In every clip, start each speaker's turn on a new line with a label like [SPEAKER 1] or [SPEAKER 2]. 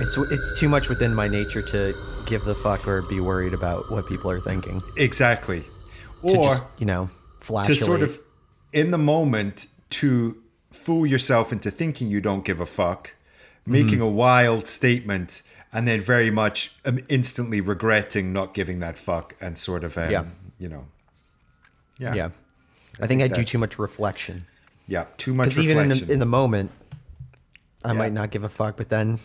[SPEAKER 1] It's it's too much within my nature to give the fuck or be worried about what people are thinking.
[SPEAKER 2] Exactly.
[SPEAKER 1] To
[SPEAKER 2] Or
[SPEAKER 1] just, you know, flash
[SPEAKER 2] to sort
[SPEAKER 1] away.
[SPEAKER 2] of in the moment to fool yourself into thinking you don't give a fuck,
[SPEAKER 1] Mm-hmm.
[SPEAKER 2] making a wild statement, and then very much um, instantly regretting not giving that fuck and sort of, um,
[SPEAKER 1] Yeah.
[SPEAKER 2] you know,
[SPEAKER 1] yeah. I think I do
[SPEAKER 2] that's-
[SPEAKER 1] too much reflection.
[SPEAKER 2] yeah, too much
[SPEAKER 1] Because even in
[SPEAKER 2] reflection.
[SPEAKER 1] the, in the moment, I
[SPEAKER 2] Yeah.
[SPEAKER 1] might not give a fuck, but then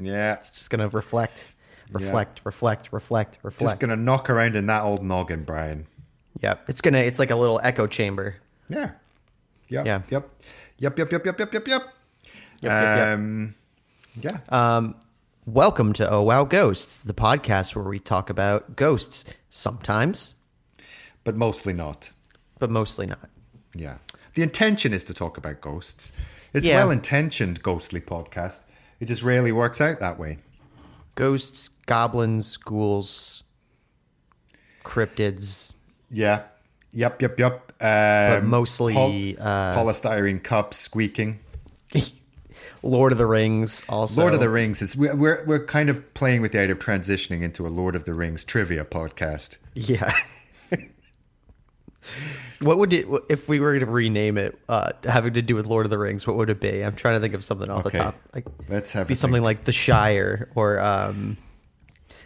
[SPEAKER 2] yeah,
[SPEAKER 1] it's just gonna reflect, reflect, reflect, reflect, reflect.
[SPEAKER 2] just gonna knock around in that old noggin, Brian.
[SPEAKER 1] yeah, it's gonna. It's like a little echo chamber.
[SPEAKER 2] Yeah. Yep.
[SPEAKER 1] Yeah.
[SPEAKER 2] Yep. Yep. Yep. Yep. Yep. Yep. Yep. Yep.
[SPEAKER 1] Yep, yep, Uh, yep.
[SPEAKER 2] Um, yeah.
[SPEAKER 1] Welcome to Oh Wow Ghosts, the podcast where we talk about ghosts sometimes,
[SPEAKER 2] but mostly not.
[SPEAKER 1] but mostly not.
[SPEAKER 2] Yeah. The intention is to talk about ghosts. It's
[SPEAKER 1] Yeah.
[SPEAKER 2] well intentioned ghostly podcast. It just rarely works out that way.
[SPEAKER 1] Ghosts, goblins, ghouls, cryptids.
[SPEAKER 2] Yeah. Yep, yep, yep. Um, but
[SPEAKER 1] mostly, uh,
[SPEAKER 2] polystyrene cups squeaking.
[SPEAKER 1] Lord of the Rings, also.
[SPEAKER 2] Lord of the Rings. It's we're, we're we're kind of playing with the idea of transitioning into a Lord of the Rings trivia podcast.
[SPEAKER 1] Yeah. what would it if we were to rename it uh, having to do with Lord of the Rings? What would it be? I'm trying to think of something off
[SPEAKER 2] Okay.
[SPEAKER 1] the top. Like
[SPEAKER 2] Let's have
[SPEAKER 1] be
[SPEAKER 2] a
[SPEAKER 1] something like the Shire or um,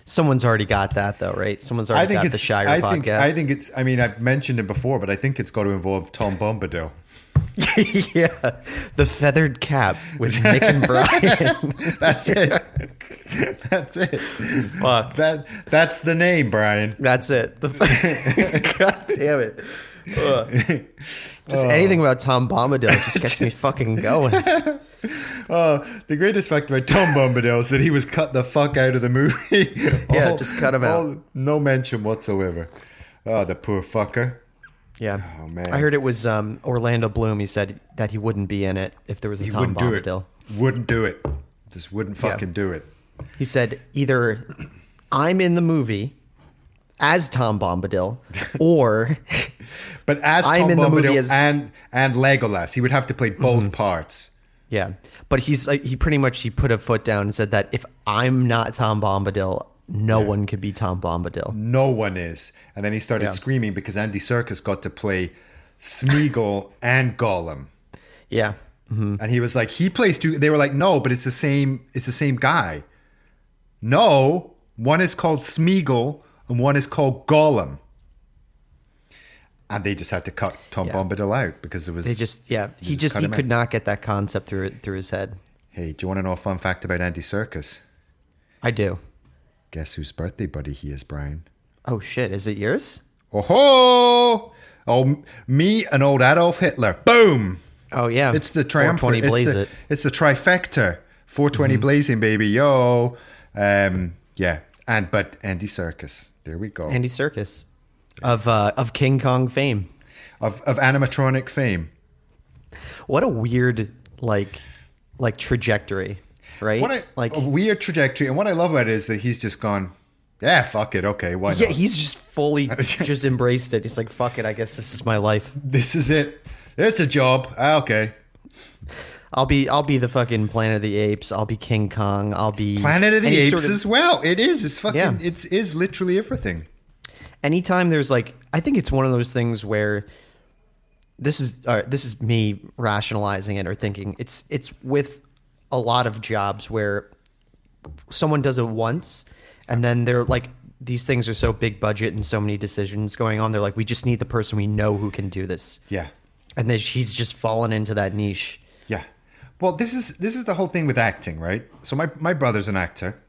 [SPEAKER 1] someone's already got that though, right? Someone's already
[SPEAKER 2] I think
[SPEAKER 1] got
[SPEAKER 2] it's
[SPEAKER 1] the Shire
[SPEAKER 2] I
[SPEAKER 1] podcast.
[SPEAKER 2] think I think it's. I mean, I've mentioned it before, but I think it's got to involve Tom Bombadil.
[SPEAKER 1] yeah, the feathered cap with Nick and Brian.
[SPEAKER 2] That's it. that's it.
[SPEAKER 1] Fuck.
[SPEAKER 2] That that's the name, Brian.
[SPEAKER 1] That's it. The f- God damn it. Ugh. Just anything about Tom Bombadil just gets me fucking going.
[SPEAKER 2] Oh, the greatest fact about Tom Bombadil is that he was cut the fuck out of the movie.
[SPEAKER 1] Yeah, just cut him out.
[SPEAKER 2] No mention whatsoever. Oh, the poor fucker.
[SPEAKER 1] Yeah.
[SPEAKER 2] Oh, man.
[SPEAKER 1] I heard it was um, Orlando Bloom. He said that he wouldn't be in it if there was a
[SPEAKER 2] He
[SPEAKER 1] Tom
[SPEAKER 2] wouldn't do
[SPEAKER 1] Bombadil.
[SPEAKER 2] it. Wouldn't do it. Just wouldn't fucking do it.
[SPEAKER 1] He said either I'm in the movie as Tom Bombadil, or
[SPEAKER 2] But as
[SPEAKER 1] I'm
[SPEAKER 2] Tom
[SPEAKER 1] in the
[SPEAKER 2] Bombadil
[SPEAKER 1] movie as- Mm-hmm.
[SPEAKER 2] and and Legolas, he would have to play both parts.
[SPEAKER 1] yeah. But he's like he pretty much he put a foot down and said that if I'm not Tom Bombadil, no one could be Tom Bombadil.
[SPEAKER 2] No one is. And then he started
[SPEAKER 1] Yeah.
[SPEAKER 2] screaming because Andy Serkis got to play Smeagol and Gollum.
[SPEAKER 1] Yeah.
[SPEAKER 2] And he was like, he plays two. They were like, no, but it's the same. It's the same guy. No, one is called Smeagol and one is called Gollum. And they just had to cut Tom
[SPEAKER 1] Yeah.
[SPEAKER 2] Bombadil out because it was.
[SPEAKER 1] They just yeah. He
[SPEAKER 2] just
[SPEAKER 1] just,
[SPEAKER 2] cut
[SPEAKER 1] he
[SPEAKER 2] him
[SPEAKER 1] could
[SPEAKER 2] out.
[SPEAKER 1] not get that concept through through his head.
[SPEAKER 2] Hey, do you want to know a fun fact about Andy Serkis?
[SPEAKER 1] I do.
[SPEAKER 2] Guess whose birthday buddy he is, Brian?
[SPEAKER 1] Oh shit! Is it yours?
[SPEAKER 2] Oh ho! Oh, m- me and old Adolf Hitler. Boom!
[SPEAKER 1] Oh yeah.
[SPEAKER 2] It's the triumphant.
[SPEAKER 1] 420 blaze
[SPEAKER 2] it's, the,
[SPEAKER 1] it. Mm-hmm.
[SPEAKER 2] it's the trifecta. 420 blazing, baby, yo. Um, yeah, and but Andy Circus. There we go.
[SPEAKER 1] Andy Circus of uh, of King Kong fame.
[SPEAKER 2] of of animatronic fame.
[SPEAKER 1] What a weird like like trajectory, right?
[SPEAKER 2] What a, oh,
[SPEAKER 1] like
[SPEAKER 2] a weird trajectory. And what I love about it is that he's just gone. Yeah, fuck it. Okay, why
[SPEAKER 1] yeah,
[SPEAKER 2] not?
[SPEAKER 1] he's just fully just embraced it. He's like, fuck it, I guess this is my life.
[SPEAKER 2] this is it. It's a job. Ah, okay.
[SPEAKER 1] I'll be I'll be the fucking Planet of the Apes. I'll be King Kong. I'll be
[SPEAKER 2] Planet of the
[SPEAKER 1] any
[SPEAKER 2] Apes
[SPEAKER 1] sort of-
[SPEAKER 2] as well. It is. It's fucking.
[SPEAKER 1] Yeah.
[SPEAKER 2] It's is literally everything.
[SPEAKER 1] anytime there's like i think it's one of those things where this is uh, this is me rationalizing it or thinking it's it's with a lot of jobs where someone does it once and then they're like these things are so big budget and so many decisions going on they're like we just need the person we know who can do this
[SPEAKER 2] Yeah.
[SPEAKER 1] and then she's just fallen into that niche
[SPEAKER 2] Yeah. Well, this is this is the whole thing with acting, right? So my my brother's an actor.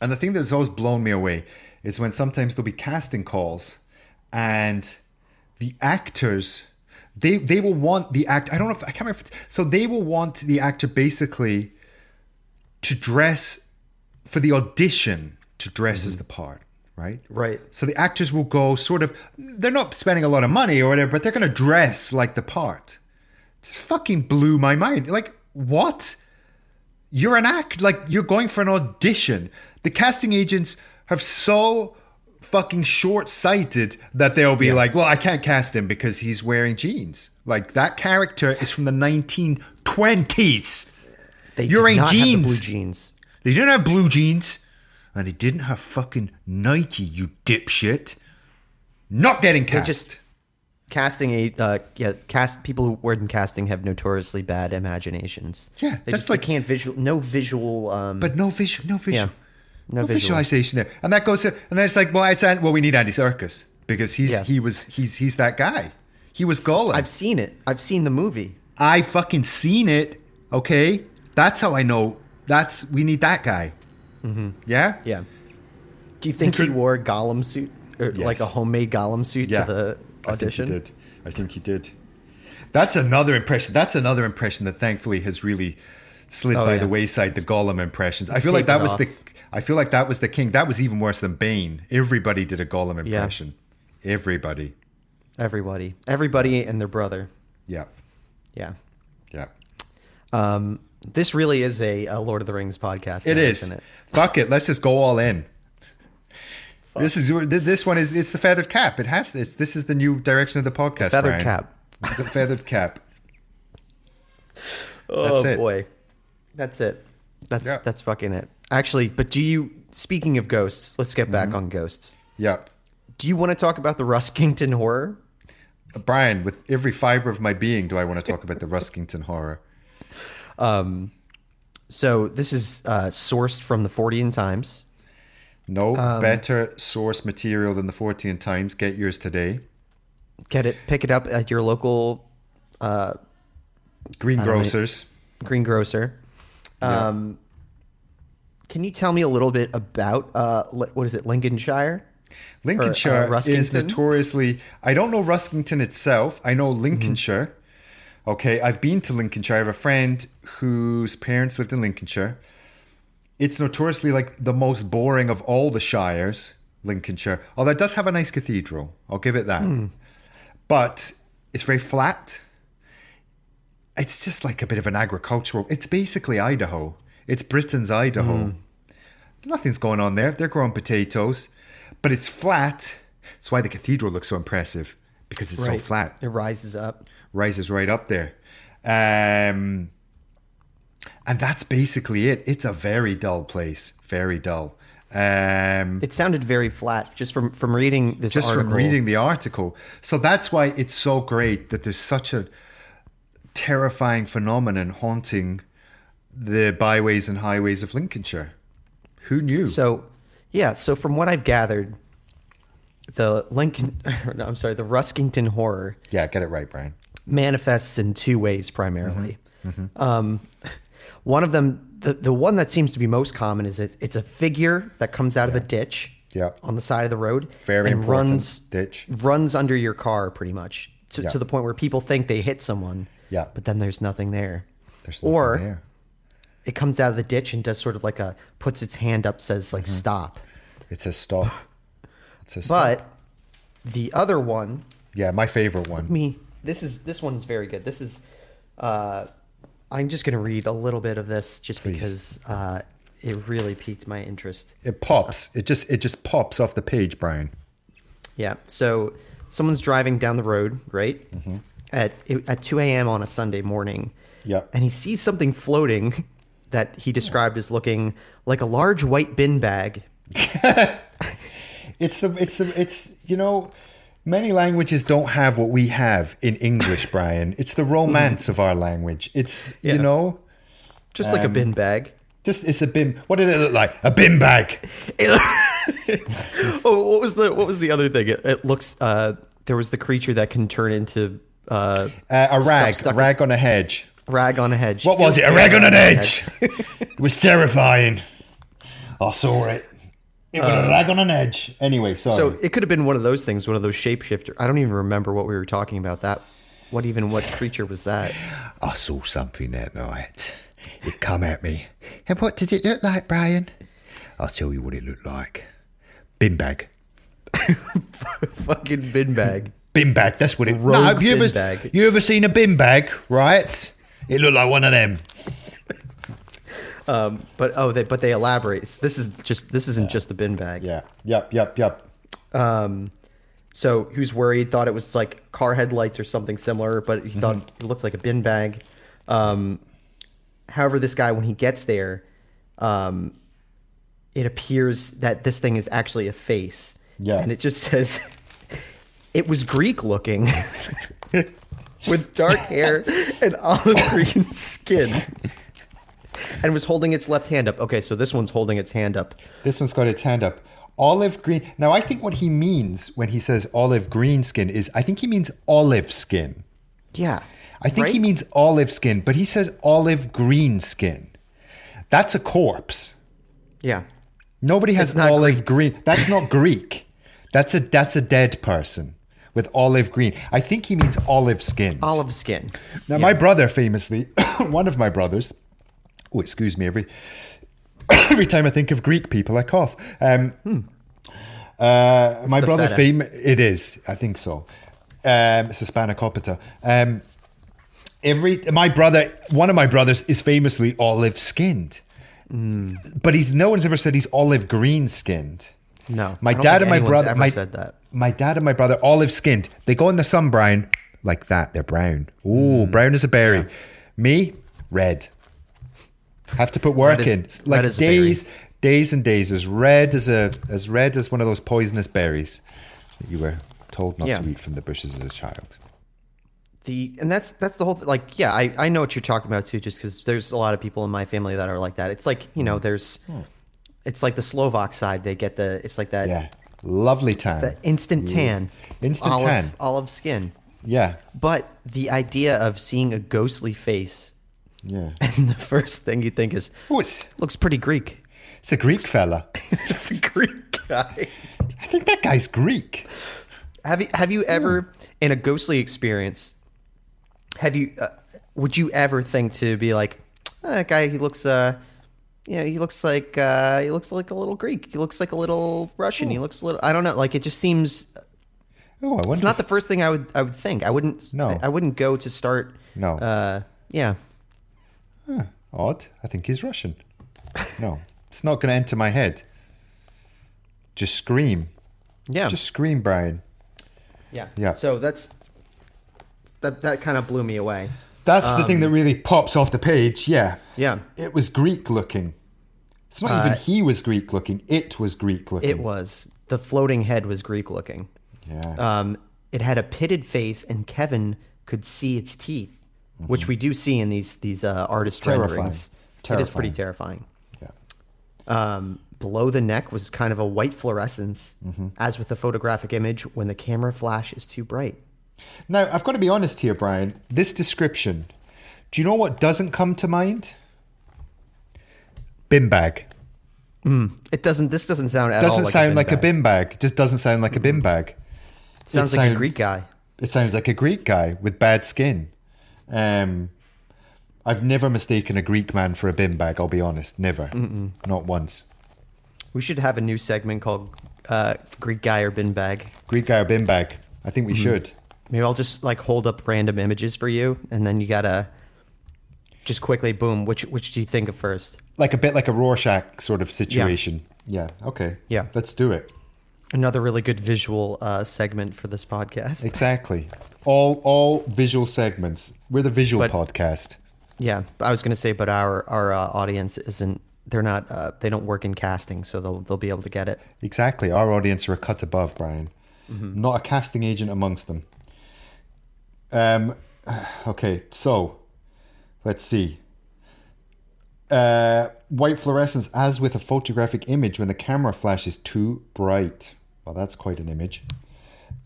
[SPEAKER 2] And the thing that's always blown me away is when sometimes there'll be casting calls and the actors they they will want the act I don't know if I can't remember if it's, so they will want the actor basically to dress for the audition to dress as the part, right?
[SPEAKER 1] right
[SPEAKER 2] So the actors will go sort of, they're not spending a lot of money or whatever, but they're going to dress like the part. Just fucking blew my mind. Like, what? You're an act, like, you're going for an audition. The casting agents have so fucking short sighted that they'll be like, well, I can't cast him because he's wearing jeans. Like, that character is from the 1920s.
[SPEAKER 1] they
[SPEAKER 2] You're
[SPEAKER 1] did
[SPEAKER 2] in
[SPEAKER 1] not have the
[SPEAKER 2] jeans.
[SPEAKER 1] blue jeans
[SPEAKER 2] They didn't have blue jeans. And they didn't have fucking Nike, you dipshit. Not getting
[SPEAKER 1] They're
[SPEAKER 2] cast.
[SPEAKER 1] just casting a uh, yeah cast people who work in casting have notoriously bad imaginations.
[SPEAKER 2] Yeah,
[SPEAKER 1] they
[SPEAKER 2] that's
[SPEAKER 1] just they
[SPEAKER 2] like-
[SPEAKER 1] can't visual no visual. Um,
[SPEAKER 2] but no visual, no visual.
[SPEAKER 1] yeah, no,
[SPEAKER 2] no
[SPEAKER 1] visual.
[SPEAKER 2] visualization there. And that goes to, and then it's like, well, it's An- well, we need Andy Circus because he's
[SPEAKER 1] Yeah.
[SPEAKER 2] he was he's he's that guy. He was Gollum.
[SPEAKER 1] I've seen it. I've seen the movie.
[SPEAKER 2] I fucking seen it. Okay, that's how I know. That's we need that guy. Mm-hmm. Yeah,
[SPEAKER 1] Yeah. Do you think he wore a Gollum suit or like a
[SPEAKER 2] Uh, Yes.
[SPEAKER 1] homemade Gollum suit to the audition?
[SPEAKER 2] I think he did. I think he did. That's another impression. That's another impression that thankfully has really slid
[SPEAKER 1] Oh,
[SPEAKER 2] by
[SPEAKER 1] yeah.
[SPEAKER 2] the wayside. The Gollum impressions. I feel like that
[SPEAKER 1] taken
[SPEAKER 2] was
[SPEAKER 1] off.
[SPEAKER 2] the. I feel like that was the king. That was even worse than Bane. Everybody did a Gollum impression. Everybody.
[SPEAKER 1] Everybody, everybody, and their brother.
[SPEAKER 2] Yeah.
[SPEAKER 1] Yeah.
[SPEAKER 2] Yeah.
[SPEAKER 1] Um, this really is a, a Lord of the Rings podcast.
[SPEAKER 2] It
[SPEAKER 1] now,
[SPEAKER 2] is.
[SPEAKER 1] isn't it?
[SPEAKER 2] Fuck it. Let's just go all in. This is th- this one is it's the feathered cap. It has it's this is the new direction of the podcast.
[SPEAKER 1] Feathered
[SPEAKER 2] Brian.
[SPEAKER 1] cap.
[SPEAKER 2] The feathered cap.
[SPEAKER 1] Oh
[SPEAKER 2] it.
[SPEAKER 1] boy, that's it. That's
[SPEAKER 2] Yeah.
[SPEAKER 1] that's fucking it. Actually, but do you? Speaking of ghosts, let's get back
[SPEAKER 2] Mm-hmm.
[SPEAKER 1] on ghosts.
[SPEAKER 2] Yeah.
[SPEAKER 1] Do you want to talk about the Ruskington horror?
[SPEAKER 2] Brian, with every fiber of my being, do I want to talk about the Ruskington horror?
[SPEAKER 1] So this is uh, sourced from the Fortean Times.
[SPEAKER 2] No better source material than the 14 Times. Get yours today.
[SPEAKER 1] Get it, pick it up at your local
[SPEAKER 2] Greengrocers.
[SPEAKER 1] greengrocer. Um, Can you tell me a little bit about uh, li- what is it, Lincolnshire?
[SPEAKER 2] Lincolnshire is
[SPEAKER 1] Ruskington?
[SPEAKER 2] notoriously. I don't know Ruskington itself. I know Lincolnshire. Okay, I've been to Lincolnshire. I have a friend whose parents lived in Lincolnshire. It's notoriously like the most boring of all the shires, Lincolnshire. Although it does have a nice cathedral. I'll give it that. But it's very flat. It's just like a bit of an agricultural. It's basically Idaho. It's Britain's Idaho nothing's going on there. They're growing potatoes, but it's flat. That's why the cathedral looks so impressive because it's so flat.
[SPEAKER 1] It rises up.
[SPEAKER 2] Rises right up there. Um, and that's basically it. It's a very dull place. Very dull. Um,
[SPEAKER 1] It sounded very flat just from from reading this
[SPEAKER 2] just
[SPEAKER 1] article.
[SPEAKER 2] from reading the article. So that's why it's so great that there's such a terrifying phenomenon haunting the byways and highways of Lincolnshire. Who knew?
[SPEAKER 1] So, yeah. So from what I've gathered, the Lincoln, no, I'm sorry, the Ruskington horror
[SPEAKER 2] yeah, get it right, Brian.
[SPEAKER 1] manifests in two ways primarily.
[SPEAKER 2] Mm-hmm.
[SPEAKER 1] Um, one of them, the, the one that seems to be most common, is it, it's a figure that comes out of a ditch
[SPEAKER 2] Yeah.
[SPEAKER 1] on the side of the road
[SPEAKER 2] Very
[SPEAKER 1] and
[SPEAKER 2] important
[SPEAKER 1] runs
[SPEAKER 2] ditch.
[SPEAKER 1] runs under your car pretty much to,
[SPEAKER 2] Yeah.
[SPEAKER 1] to the point where people think they hit someone.
[SPEAKER 2] Yeah.
[SPEAKER 1] But then there's nothing there.
[SPEAKER 2] There's nothing
[SPEAKER 1] or
[SPEAKER 2] there.
[SPEAKER 1] it comes out of the ditch and does sort of like a puts its hand up, says
[SPEAKER 2] Mm-hmm.
[SPEAKER 1] like stop.
[SPEAKER 2] It says stop. It says stop.
[SPEAKER 1] But the other one,
[SPEAKER 2] yeah, my favorite one.
[SPEAKER 1] me, this is this one's very good. This is, uh, I'm just gonna read a little bit of this just because uh, it really piqued my interest.
[SPEAKER 2] It pops. It just it just pops off the page, Brian.
[SPEAKER 1] Yeah. So someone's driving down the road, right? At at 2 a.m. on a Sunday morning.
[SPEAKER 2] Yeah.
[SPEAKER 1] And he sees something floating that he described as looking like a large white bin bag.
[SPEAKER 2] It's the it's the it's you know, many languages don't have what we have in English, Brian. It's the romance of our language. It's you
[SPEAKER 1] Yeah.
[SPEAKER 2] know,
[SPEAKER 1] Just like a bin bag.
[SPEAKER 2] just it's a bin. What did it look like? A bin bag.
[SPEAKER 1] Oh, what was the what was the other thing? It, it looks uh there was the creature that can turn into uh
[SPEAKER 2] Uh, a rag.
[SPEAKER 1] stuck
[SPEAKER 2] a rag on a hedge.
[SPEAKER 1] rag on a hedge.
[SPEAKER 2] What was it? A rag on an edge. it was terrifying. I saw it. It was a rag on an edge. Anyway, sorry.
[SPEAKER 1] So it could have been one of those things, one of those shapeshifter. I don't even remember what we were talking about that. What even what creature was that?
[SPEAKER 2] I saw something that night. It come at me. And what did it look like, Brian? I'll tell you what it looked like. Bin bag.
[SPEAKER 1] Fucking bin bag.
[SPEAKER 2] Bin bag, that's what it
[SPEAKER 1] Rogue
[SPEAKER 2] have you
[SPEAKER 1] bin
[SPEAKER 2] ever,
[SPEAKER 1] bag.
[SPEAKER 2] You ever seen a bin bag, right? It looked like one of them.
[SPEAKER 1] But oh, they but they elaborate. This is just this isn't just a bin bag.
[SPEAKER 2] Yeah, yep, yep, yep.
[SPEAKER 1] Um, So he was worried, thought it was like car headlights or something similar, but he thought
[SPEAKER 2] Mm-hmm.
[SPEAKER 1] it looked like a bin bag. Um, however, this guy when he gets there, um, it appears that this thing is actually a face.
[SPEAKER 2] Yeah.
[SPEAKER 1] And it just says it was Greek looking with dark hair and olive green skin. And was holding its left hand up. Okay, so this one's holding its hand up.
[SPEAKER 2] This one's got its hand up. Olive green. Now, I think what he means when he says olive green skin is I think he means olive skin.
[SPEAKER 1] Yeah.
[SPEAKER 2] I think he
[SPEAKER 1] Right?
[SPEAKER 2] means olive skin, but he says olive green skin. That's a corpse.
[SPEAKER 1] Yeah.
[SPEAKER 2] Nobody has
[SPEAKER 1] not
[SPEAKER 2] olive green. That's not Greek. That's a that's a dead person with olive green. I think he means olive skin.
[SPEAKER 1] Olive skin.
[SPEAKER 2] Now, my brother famously, one of my brothers, oh, excuse me, every every time I think of Greek people, I cough. Um, uh, my
[SPEAKER 1] Hmm. the
[SPEAKER 2] brother,
[SPEAKER 1] feta.
[SPEAKER 2] fame, it is, I think so. Um, it's a spanakopita. Um, every my brother, one of my brothers is famously olive skinned,
[SPEAKER 1] Hmm.
[SPEAKER 2] but he's no one's ever said he's olive green skinned.
[SPEAKER 1] No.
[SPEAKER 2] My
[SPEAKER 1] I don't
[SPEAKER 2] dad
[SPEAKER 1] think
[SPEAKER 2] and my
[SPEAKER 1] anyone's
[SPEAKER 2] brother
[SPEAKER 1] ever
[SPEAKER 2] my,
[SPEAKER 1] said that.
[SPEAKER 2] My dad and my brother olive skinned. They go in the sun brown like that. They're brown.
[SPEAKER 1] Mm.
[SPEAKER 2] Ooh, brown as a berry. Me, red. Have to put work
[SPEAKER 1] Red
[SPEAKER 2] in.
[SPEAKER 1] is-
[SPEAKER 2] like
[SPEAKER 1] red is a berry.
[SPEAKER 2] days, days and days. As red as a as red as one of those poisonous berries that you were told not
[SPEAKER 1] Yeah.
[SPEAKER 2] to eat from the bushes as a child.
[SPEAKER 1] the and that's that's the whole th- like yeah I, I know what you're talking about too just because there's a lot of people in my family that are like that it's like you know there's it's like the slovak side they get the it's like that
[SPEAKER 2] Yeah. Lovely tan.
[SPEAKER 1] the instant tan
[SPEAKER 2] Instant
[SPEAKER 1] olive,
[SPEAKER 2] tan.
[SPEAKER 1] olive skin
[SPEAKER 2] yeah.
[SPEAKER 1] but the idea of seeing a ghostly face
[SPEAKER 2] Yeah.
[SPEAKER 1] and the first thing you think is
[SPEAKER 2] Oh, it's
[SPEAKER 1] looks pretty greek
[SPEAKER 2] it's a Greek fella.
[SPEAKER 1] it's a greek guy
[SPEAKER 2] I think that guy's Greek.
[SPEAKER 1] Have you have you
[SPEAKER 2] Hmm.
[SPEAKER 1] ever in a ghostly experience? Have you uh, would you ever think to be like "Ah, that guy? He looks uh, you know, he looks like uh, he looks like a little Greek. He looks like a little Russian.
[SPEAKER 2] Hmm.
[SPEAKER 1] He looks a little. I don't know. Like it just seems
[SPEAKER 2] Oh, I
[SPEAKER 1] it's
[SPEAKER 2] wonder
[SPEAKER 1] not the first thing I would I would think. I wouldn't.
[SPEAKER 2] No.
[SPEAKER 1] I, I wouldn't go to start.
[SPEAKER 2] No.
[SPEAKER 1] Uh, yeah.
[SPEAKER 2] Odd. I think he's Russian. No, it's not going to enter my head. Just scream.
[SPEAKER 1] Yeah.
[SPEAKER 2] Just scream, Brian.
[SPEAKER 1] yeah.
[SPEAKER 2] yeah.
[SPEAKER 1] So that's that. That kind of blew me away.
[SPEAKER 2] That's the thing that really pops off the page. Yeah.
[SPEAKER 1] Yeah.
[SPEAKER 2] It was Greek looking. It's not even he was Greek looking. It was Greek looking.
[SPEAKER 1] It was the floating head was Greek looking.
[SPEAKER 2] Yeah.
[SPEAKER 1] Um, it had a pitted face, and Kevin could see its teeth, which we do see in these these uh, artist
[SPEAKER 2] Terrifying.
[SPEAKER 1] renderings. It is pretty terrifying.
[SPEAKER 2] yeah.
[SPEAKER 1] Um, below the neck was kind of a white fluorescence,
[SPEAKER 2] Mm-hmm.
[SPEAKER 1] as with the photographic image. When the camera flash is too bright,
[SPEAKER 2] Now, I've got to be honest here, Brian. This description, do you know what doesn't come to mind? Bin bag.
[SPEAKER 1] it doesn't. This doesn't sound at all
[SPEAKER 2] Doesn't
[SPEAKER 1] Oh, like
[SPEAKER 2] sound like a
[SPEAKER 1] bin.
[SPEAKER 2] bin bag. Just doesn't sound like a bin bag.
[SPEAKER 1] bag. Sounds
[SPEAKER 2] it
[SPEAKER 1] like
[SPEAKER 2] sounds-
[SPEAKER 1] a Greek guy.
[SPEAKER 2] It sounds like a Greek guy with bad skin. Um, I've never mistaken a Greek man for a bin bag. I'll be honest, never, not once.
[SPEAKER 1] We should have a new segment called uh, "Greek Guy or Bin Bag."
[SPEAKER 2] Greek guy or bin bag? I think we
[SPEAKER 1] Mm-hmm.
[SPEAKER 2] should.
[SPEAKER 1] Maybe I'll just like hold up random images for you, and then you gotta just quickly boom. Which which do you think of first?
[SPEAKER 2] Like a bit like a Rorschach sort of situation. Yeah. Okay.
[SPEAKER 1] Yeah.
[SPEAKER 2] Let's do it.
[SPEAKER 1] Another really good visual uh, segment for this podcast.
[SPEAKER 2] Exactly. All all visual segments. We're the visual
[SPEAKER 1] But-
[SPEAKER 2] podcast.
[SPEAKER 1] Yeah, I was gonna say, but our our uh, audience isn't. They're not. Uh, they don't work in casting, so they'll they'll be able to get it.
[SPEAKER 2] Exactly. Our audience are a cut above, Brian.
[SPEAKER 1] Mm-hmm.
[SPEAKER 2] Not a casting agent amongst them. Um, okay, so let's see. Uh, white fluorescence, as with a photographic image, when the camera flash is too bright. Well, that's quite an image.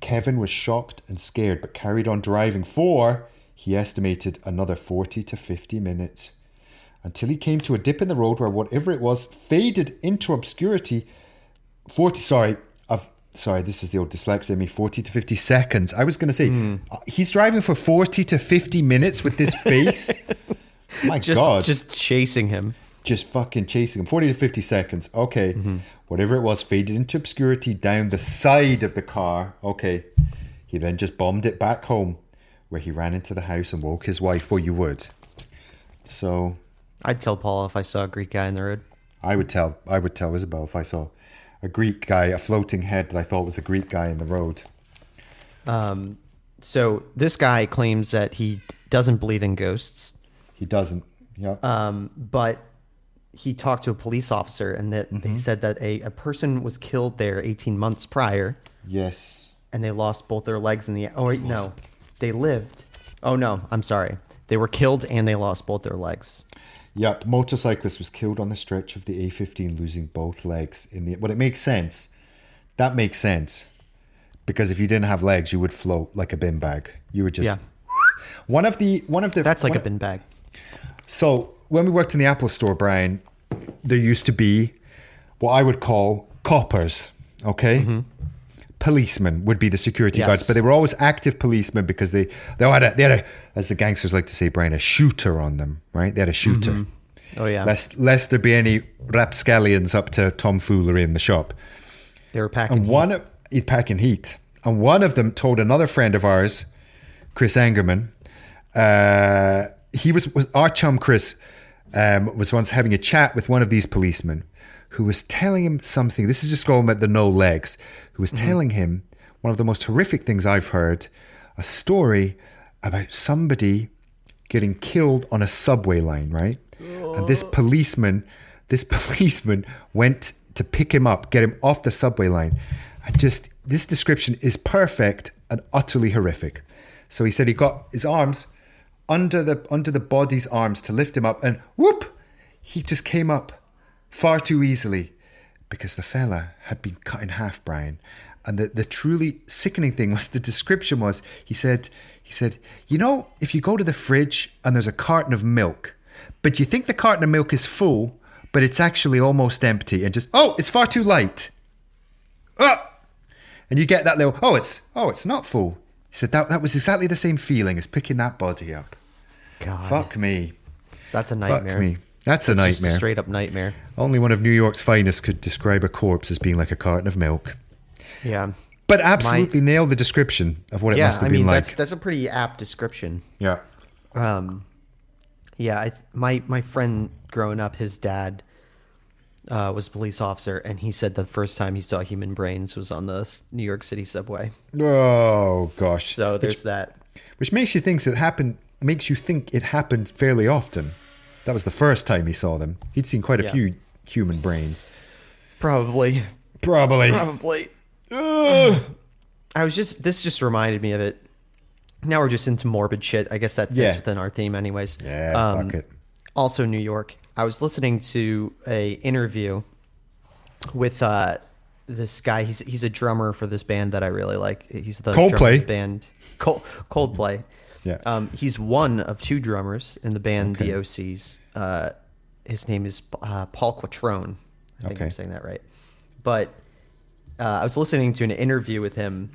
[SPEAKER 2] Kevin was shocked and scared, but carried on driving for, he estimated, another 40 to 50 minutes until he came to a dip in the road where whatever it was faded into obscurity 40 sorry i've sorry this is the old dyslexia in me 40 to 50 seconds i was going to say uh, he's driving for 40 to 50 minutes with this face my
[SPEAKER 1] Just
[SPEAKER 2] god just,
[SPEAKER 1] just chasing him.
[SPEAKER 2] fucking chasing him 40 to 50 seconds okay whatever it was faded into obscurity down the side of the car okay he then just bombed it back home where he ran into the house and woke his wife well you would so
[SPEAKER 1] I'd tell Paula if I saw a Greek guy in the road.
[SPEAKER 2] I would tell I would tell Isabel if I saw a Greek guy, a floating head that I thought was a Greek guy in the road.
[SPEAKER 1] So this guy claims that he doesn't believe in ghosts.
[SPEAKER 2] He doesn't. Yeah.
[SPEAKER 1] Um, but he talked to a police officer and that they said that a, a person was killed there 18 months prior
[SPEAKER 2] Yes.
[SPEAKER 1] and they lost both their legs in the oh wait, no they lived oh no i'm sorry they were killed and they lost both their legs
[SPEAKER 2] Yep, motorcyclist was killed on the stretch of the A15, losing both legs in the. But it makes sense. That makes sense, because if you didn't have legs, you would float like a bin bag. You would just.
[SPEAKER 1] Yeah.
[SPEAKER 2] One of the one of the
[SPEAKER 1] that's like
[SPEAKER 2] one
[SPEAKER 1] a bin bag
[SPEAKER 2] So when we worked in the Apple store, Brian, there used to be what I would call coppers, okay? Policemen would be the
[SPEAKER 1] Mm-hmm.
[SPEAKER 2] security
[SPEAKER 1] Yes.
[SPEAKER 2] guards, but they were always active policemen because they they had a, they had a as the gangsters like to say, Brian, a shooter on them, right? They had a shooter.
[SPEAKER 1] oh yeah
[SPEAKER 2] Lest lest there be any rapscallions up to tomfoolery in the shop.
[SPEAKER 1] they were packing
[SPEAKER 2] One of he'd pack in heat, and one of them told another friend of ours, Chris Angerman. Uh, he was, was our chum Chris um, was once having a chat with one of these policemen, who was telling him something. This is just going about the no legs. Who was telling him one of the most horrific things I've heard, a story about somebody getting killed on a subway line, right? And this policeman, this policeman went to pick him up, get him off the subway line. I just this description is perfect and utterly horrific. So he said he got his arms under the under the body's arms to lift him up and whoop, he just came up far too easily because the fella had been cut in half, Brian. And the, the truly sickening thing was the description was he said he said, you know, if you go to the fridge and there's a carton of milk, but you think the carton of milk is full, but it's actually almost empty, and just oh, it's far too light. Ah! And you get that little oh, it's oh, it's not full. He said that that was exactly the same feeling as picking that body up.
[SPEAKER 1] God,
[SPEAKER 2] Fuck me.
[SPEAKER 1] that's a
[SPEAKER 2] Fuck
[SPEAKER 1] nightmare
[SPEAKER 2] me. That's a
[SPEAKER 1] It's just
[SPEAKER 2] nightmare.
[SPEAKER 1] straight up nightmare
[SPEAKER 2] Only one of New York's finest could describe a corpse as being like a carton of milk.
[SPEAKER 1] yeah
[SPEAKER 2] But absolutely nail the description of what it
[SPEAKER 1] yeah
[SPEAKER 2] must
[SPEAKER 1] i
[SPEAKER 2] have been
[SPEAKER 1] mean
[SPEAKER 2] like.
[SPEAKER 1] that's that's a pretty apt description
[SPEAKER 2] Yeah.
[SPEAKER 1] um yeah I, th- my my friend growing up his dad uh, was a police officer and he said the first time he saw human brains was on the s- new york city subway
[SPEAKER 2] Oh gosh.
[SPEAKER 1] so there's that
[SPEAKER 2] Which makes you think that it happened makes you think it happened fairly often. That was the first time he saw them. He'd seen quite a
[SPEAKER 1] Yeah.
[SPEAKER 2] few human brains.
[SPEAKER 1] probably
[SPEAKER 2] Probably.
[SPEAKER 1] probably i was just this just reminded me of it now we're just into morbid shit i guess that fits
[SPEAKER 2] Yeah.
[SPEAKER 1] within our theme anyways
[SPEAKER 2] Yeah,
[SPEAKER 1] Um,
[SPEAKER 2] fuck it.
[SPEAKER 1] also New York. I was listening to a interview with uh, this guy. He's he's a drummer for this band that I really like. He's the drummer of
[SPEAKER 2] Coldplay.
[SPEAKER 1] the band Cold, Coldplay.
[SPEAKER 2] Yeah.
[SPEAKER 1] Um, he's one of two drummers in the band The OCs. Uh, his name is uh, Paul Quattrone. I think I'm
[SPEAKER 2] Okay.
[SPEAKER 1] saying that right. But uh, I was listening to an interview with him,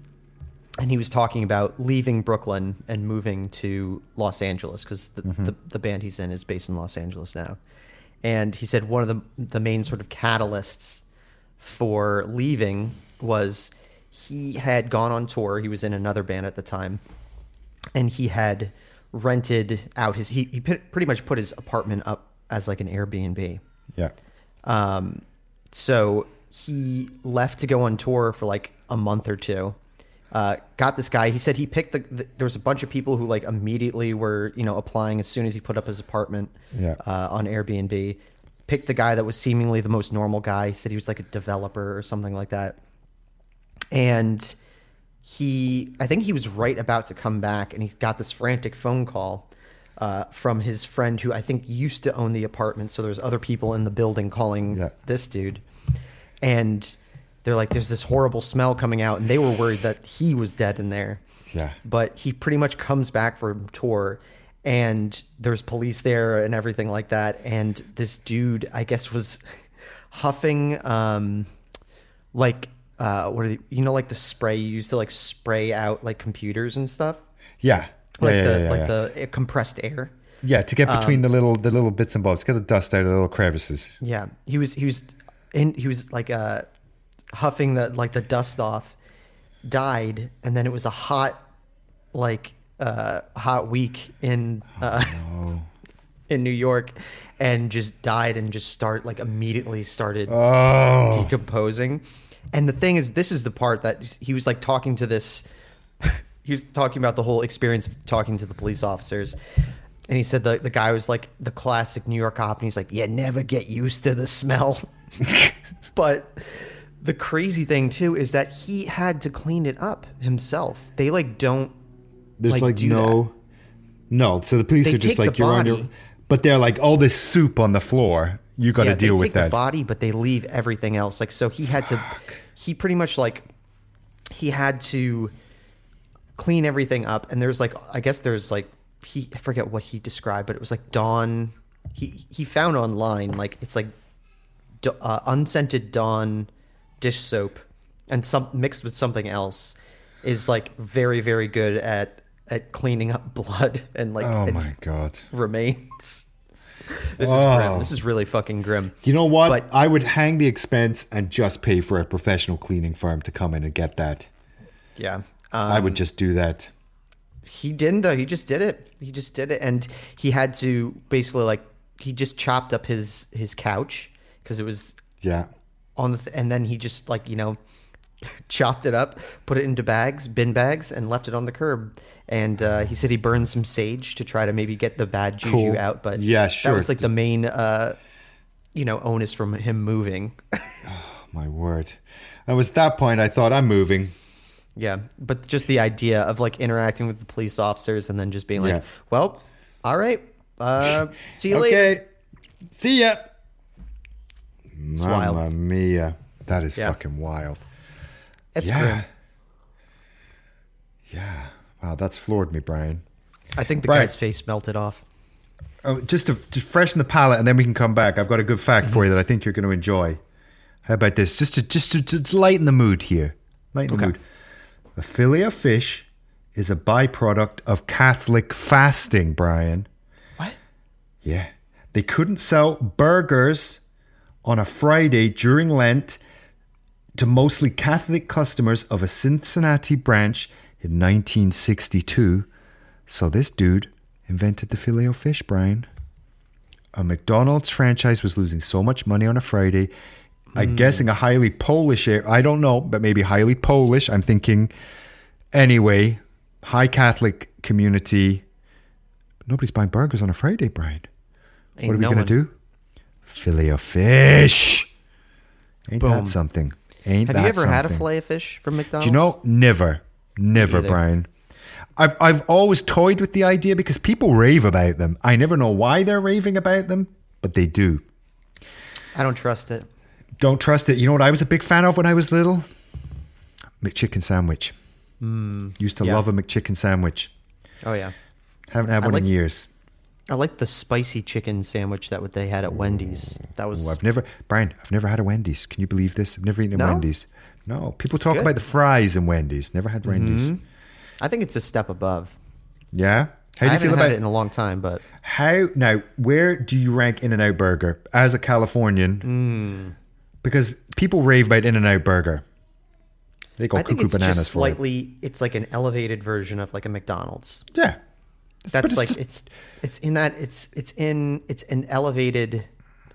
[SPEAKER 1] and he was talking about leaving Brooklyn and moving to Los Angeles because the, the, the band he's in is based in Los Angeles now. And he said one of the, the main sort of catalysts for leaving was he had gone on tour. He was in another band at the time, and he had rented out his, he, he put, pretty much put his apartment up as like an Airbnb.
[SPEAKER 2] Yeah.
[SPEAKER 1] Um, so he left to go on tour for like a month or two. Uh, got this guy. He said he picked the, the. There was a bunch of people who like immediately were you know applying as soon as he put up his apartment
[SPEAKER 2] Yeah.
[SPEAKER 1] uh, on Airbnb. Picked the guy that was seemingly the most normal guy. He said he was like a developer or something like that. And he, I think he was right about to come back, and he got this frantic phone call uh, from his friend who I think used to own the apartment. So there's other people in the building calling
[SPEAKER 2] Yeah.
[SPEAKER 1] this dude, and they're like, "There's this horrible smell coming out," and they were worried that he was dead in there.
[SPEAKER 2] Yeah.
[SPEAKER 1] But he pretty much comes back for a tour, and there's police there and everything like that. And this dude, I guess, was huffing, um, like, uh, what are the, you know, like the spray you used to like spray out like computers and stuff,
[SPEAKER 2] Yeah. Yeah,
[SPEAKER 1] like
[SPEAKER 2] yeah,
[SPEAKER 1] the
[SPEAKER 2] yeah, yeah,
[SPEAKER 1] like
[SPEAKER 2] yeah.
[SPEAKER 1] the uh, um, compressed air.
[SPEAKER 2] Yeah, to get between the little the little bits and bobs, get the dust out of the little crevices.
[SPEAKER 1] Yeah, he was he was in he was like uh huffing the like the dust off, died, and then it was a hot like uh hot week in uh
[SPEAKER 2] Oh,
[SPEAKER 1] in New York, and just died and just start like immediately started
[SPEAKER 2] Oh,
[SPEAKER 1] decomposing. And the thing is, this is the part that he was like talking to this. he was talking about the whole experience of talking to the police officers, And he said the, the guy was like the classic New York cop, and he's like, "You never get used to the smell." but the crazy thing too is that he had to clean it up himself. They like don't.
[SPEAKER 3] There's
[SPEAKER 1] like,
[SPEAKER 3] like,
[SPEAKER 1] do
[SPEAKER 3] no, no. So the police
[SPEAKER 1] They
[SPEAKER 3] are just
[SPEAKER 1] take
[SPEAKER 3] like
[SPEAKER 1] the
[SPEAKER 3] you're on your,
[SPEAKER 1] body.
[SPEAKER 2] But they're like all this soup on the floor. You got to
[SPEAKER 1] Yeah,
[SPEAKER 2] deal
[SPEAKER 1] they take
[SPEAKER 2] with
[SPEAKER 1] the
[SPEAKER 2] that.
[SPEAKER 1] body, but they leave everything else. Like so, he had to. He pretty much like he had to clean everything up, and there's like I guess there's like he I forget what he described, but it was like dawn. He he found online like it's like d- uh, unscented Dawn dish soap and some mixed with something else is like very very good at at cleaning up blood and like
[SPEAKER 2] oh
[SPEAKER 1] and
[SPEAKER 2] my god.
[SPEAKER 1] remains. this is
[SPEAKER 3] Oh.
[SPEAKER 1] grim. This is really fucking grim.
[SPEAKER 3] You know what?
[SPEAKER 1] But-
[SPEAKER 3] I would hang the expense and just pay for a professional cleaning firm to come in and get that.
[SPEAKER 1] Yeah.
[SPEAKER 3] I
[SPEAKER 1] Um,
[SPEAKER 3] would just do that.
[SPEAKER 1] he didn't though. He just did it. He just did it and he had to basically like he just chopped up his his couch because it was
[SPEAKER 3] Yeah.
[SPEAKER 1] on the th- and then he just like you know chopped it up put it into bags bin bags and left it on the curb and uh, he said he burned some sage to try to maybe get the bad juju
[SPEAKER 3] Cool.
[SPEAKER 1] out but
[SPEAKER 3] Yeah,
[SPEAKER 1] that
[SPEAKER 3] sure.
[SPEAKER 1] was like the main uh, you know onus from him moving
[SPEAKER 3] Oh My word. And it was at that point I thought I'm moving.
[SPEAKER 1] yeah but just the idea of like interacting with the police officers and then just being like
[SPEAKER 3] Yeah.
[SPEAKER 1] well all right uh, see you later
[SPEAKER 3] Okay. See ya.
[SPEAKER 1] wild.
[SPEAKER 3] Mamma mia. That is
[SPEAKER 1] Yeah.
[SPEAKER 3] fucking wild.
[SPEAKER 1] it's
[SPEAKER 3] yeah.
[SPEAKER 1] grim
[SPEAKER 3] Yeah. Wow, that's floored me, Brian.
[SPEAKER 1] i think the
[SPEAKER 2] Right.
[SPEAKER 1] guy's face melted off
[SPEAKER 2] Oh, just to, to freshen the palate, and then we can come back. I've got a good fact for you
[SPEAKER 3] Mm-hmm.
[SPEAKER 2] that I think you're going to enjoy. How about this? Just to just to, to lighten the mood here. Lighten the mood. A fillet of fish is a byproduct of Catholic fasting, Brian.
[SPEAKER 1] what
[SPEAKER 2] Yeah. They couldn't sell burgers on a Friday during Lent to mostly Catholic customers of a Cincinnati branch in 1962. So this dude invented the filet of fish, Brian. A McDonald's franchise was losing so much money on a Friday. I'm guessing a highly Polish, air- I don't know, but maybe highly Polish. I'm thinking, anyway, high Catholic community. Nobody's buying burgers on a Friday, Brian.
[SPEAKER 1] Ain't
[SPEAKER 2] What are we
[SPEAKER 1] no
[SPEAKER 2] gonna
[SPEAKER 1] one.
[SPEAKER 2] do? Fillet of fish. Ain't
[SPEAKER 1] Boom.
[SPEAKER 2] that something? Ain't
[SPEAKER 1] have
[SPEAKER 2] that
[SPEAKER 1] you ever had a
[SPEAKER 2] something?
[SPEAKER 1] fillet of fish from mcdonald's
[SPEAKER 2] Do you know? Never, never,
[SPEAKER 1] either.
[SPEAKER 2] Brian. I've I've always toyed with the idea because people rave about them. I never know why they're raving about them, but they do.
[SPEAKER 1] i don't trust it
[SPEAKER 2] Don't trust it. You know what I was a big fan of when I was little? McChicken sandwich. Used to
[SPEAKER 1] Hmm. yeah.
[SPEAKER 2] love a McChicken sandwich.
[SPEAKER 1] oh yeah
[SPEAKER 2] Haven't had one in
[SPEAKER 1] liked-
[SPEAKER 2] years.
[SPEAKER 1] I like the spicy chicken sandwich that what they had at Wendy's. That was
[SPEAKER 2] Well, I've never, Brian, I've never had a Wendy's. Can you believe this? I've never eaten a
[SPEAKER 1] No?
[SPEAKER 2] Wendy's. No, people talk
[SPEAKER 1] good. Mm-hmm.
[SPEAKER 2] about the fries in Wendy's. Never had Wendy's.
[SPEAKER 1] I think it's a step above.
[SPEAKER 2] Yeah. How
[SPEAKER 1] I
[SPEAKER 2] do you
[SPEAKER 1] haven't
[SPEAKER 2] feel
[SPEAKER 1] had
[SPEAKER 2] about
[SPEAKER 1] it in a long time, but
[SPEAKER 2] how now? Where do you rank In and Out Burger as a Californian?
[SPEAKER 1] Mm.
[SPEAKER 2] Because people rave about In and Out Burger. They go
[SPEAKER 1] I think
[SPEAKER 2] cuckoo
[SPEAKER 1] it's
[SPEAKER 2] bananas
[SPEAKER 1] just
[SPEAKER 2] for it.
[SPEAKER 1] slightly. It's like an elevated version of like a McDonald's.
[SPEAKER 2] Yeah,
[SPEAKER 1] That's
[SPEAKER 2] it's
[SPEAKER 1] like
[SPEAKER 2] just-
[SPEAKER 1] it's it's in that it's it's in it's an elevated.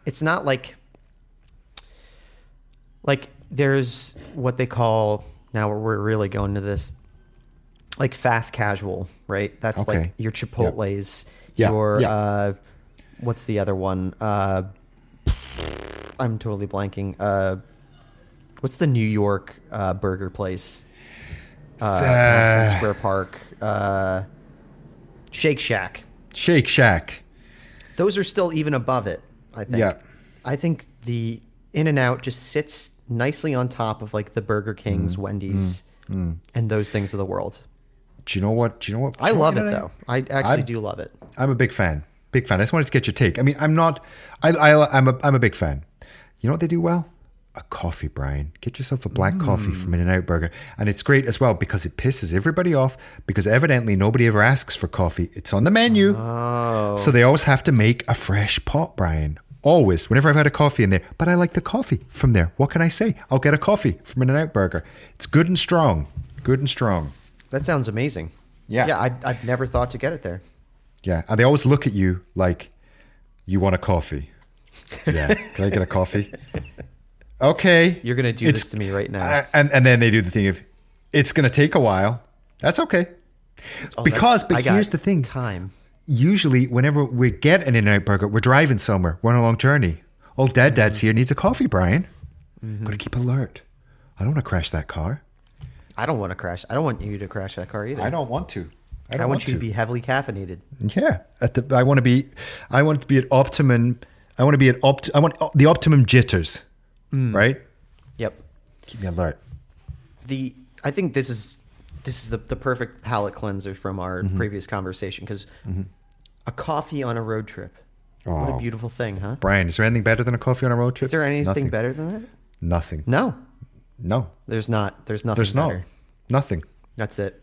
[SPEAKER 1] It's not like like there's what they call now we're- we're really going to this like fast casual, right? That's like
[SPEAKER 2] Okay.
[SPEAKER 1] your Chipotle's,
[SPEAKER 3] Yeah.
[SPEAKER 1] your
[SPEAKER 3] Yeah.
[SPEAKER 1] uh what's the other one? Uh I'm totally blanking. Uh what's the New York uh burger place? Uh Madison Square Park, uh Shake Shack.
[SPEAKER 2] Shake Shack.
[SPEAKER 1] Those are still even above it, I think.
[SPEAKER 3] Yeah.
[SPEAKER 1] I think the In and Out just sits nicely on top of like the Burger
[SPEAKER 2] Mm.
[SPEAKER 1] King's, Wendy's, and those things of the world.
[SPEAKER 2] Do you know what? Do you know what?
[SPEAKER 1] I love
[SPEAKER 2] You
[SPEAKER 1] it
[SPEAKER 2] know what I-
[SPEAKER 1] though. I actually
[SPEAKER 2] I'm-
[SPEAKER 1] do love it.
[SPEAKER 2] I'm a big fan. Big fan. I just wanted to get your take. I mean, I'm not. I, I I'm a I'm a big fan. You know what they do well? A coffee, Brian. Get yourself a black coffee from In and Out Burger, and it's great as well because it pisses everybody off. Because evidently nobody ever asks for coffee. It's on the menu, so they always have to make a fresh pot, Brian. Always, whenever I've had a coffee in there, but I like the coffee from there. What can I say? I'll get a coffee from In and Out Burger. It's good and strong. Good and strong.
[SPEAKER 1] That sounds amazing.
[SPEAKER 2] Yeah.
[SPEAKER 1] Yeah, I, I've never thought to get it there.
[SPEAKER 2] Yeah, and they always look at you like you want a coffee. Yeah, can I get a coffee? Okay,
[SPEAKER 1] You're gonna do this to me right now.
[SPEAKER 2] Uh, and and then they do the thing of it's gonna take a while. That's okay.
[SPEAKER 1] Oh,
[SPEAKER 2] because
[SPEAKER 1] that's-
[SPEAKER 2] but
[SPEAKER 1] I got
[SPEAKER 2] here's the thing.
[SPEAKER 1] time.
[SPEAKER 2] usually whenever we get an In-N-Out burger, we're driving somewhere. We're on a long journey. Old Dad Dad's
[SPEAKER 1] Mm-hmm.
[SPEAKER 2] here needs a coffee, Brian. Gotta keep alert. I don't want to crash that car.
[SPEAKER 1] I don't want to crash. I don't want you to crash that car either.
[SPEAKER 2] I don't want to. I
[SPEAKER 1] I
[SPEAKER 2] don't
[SPEAKER 1] want, you to be heavily caffeinated.
[SPEAKER 2] Yeah, at the I want to be, I want to be at optimum. I want to be at opt. I want the optimum jitters,
[SPEAKER 1] Mm.
[SPEAKER 2] right?
[SPEAKER 1] Yep.
[SPEAKER 2] Keep me alert.
[SPEAKER 1] the I think this is this is the, the perfect palate cleanser from our
[SPEAKER 2] Mm-hmm.
[SPEAKER 1] previous conversation because a coffee on a road trip. What a
[SPEAKER 3] Oh.
[SPEAKER 1] beautiful thing, huh?
[SPEAKER 2] Brian, is there anything better than a coffee on a road trip?
[SPEAKER 1] Is there anything
[SPEAKER 2] Nothing.
[SPEAKER 1] better than that?
[SPEAKER 2] Nothing.
[SPEAKER 1] No,
[SPEAKER 2] No,
[SPEAKER 1] there's not. There's nothing
[SPEAKER 2] there's no,
[SPEAKER 1] better.
[SPEAKER 2] nothing.
[SPEAKER 1] That's it.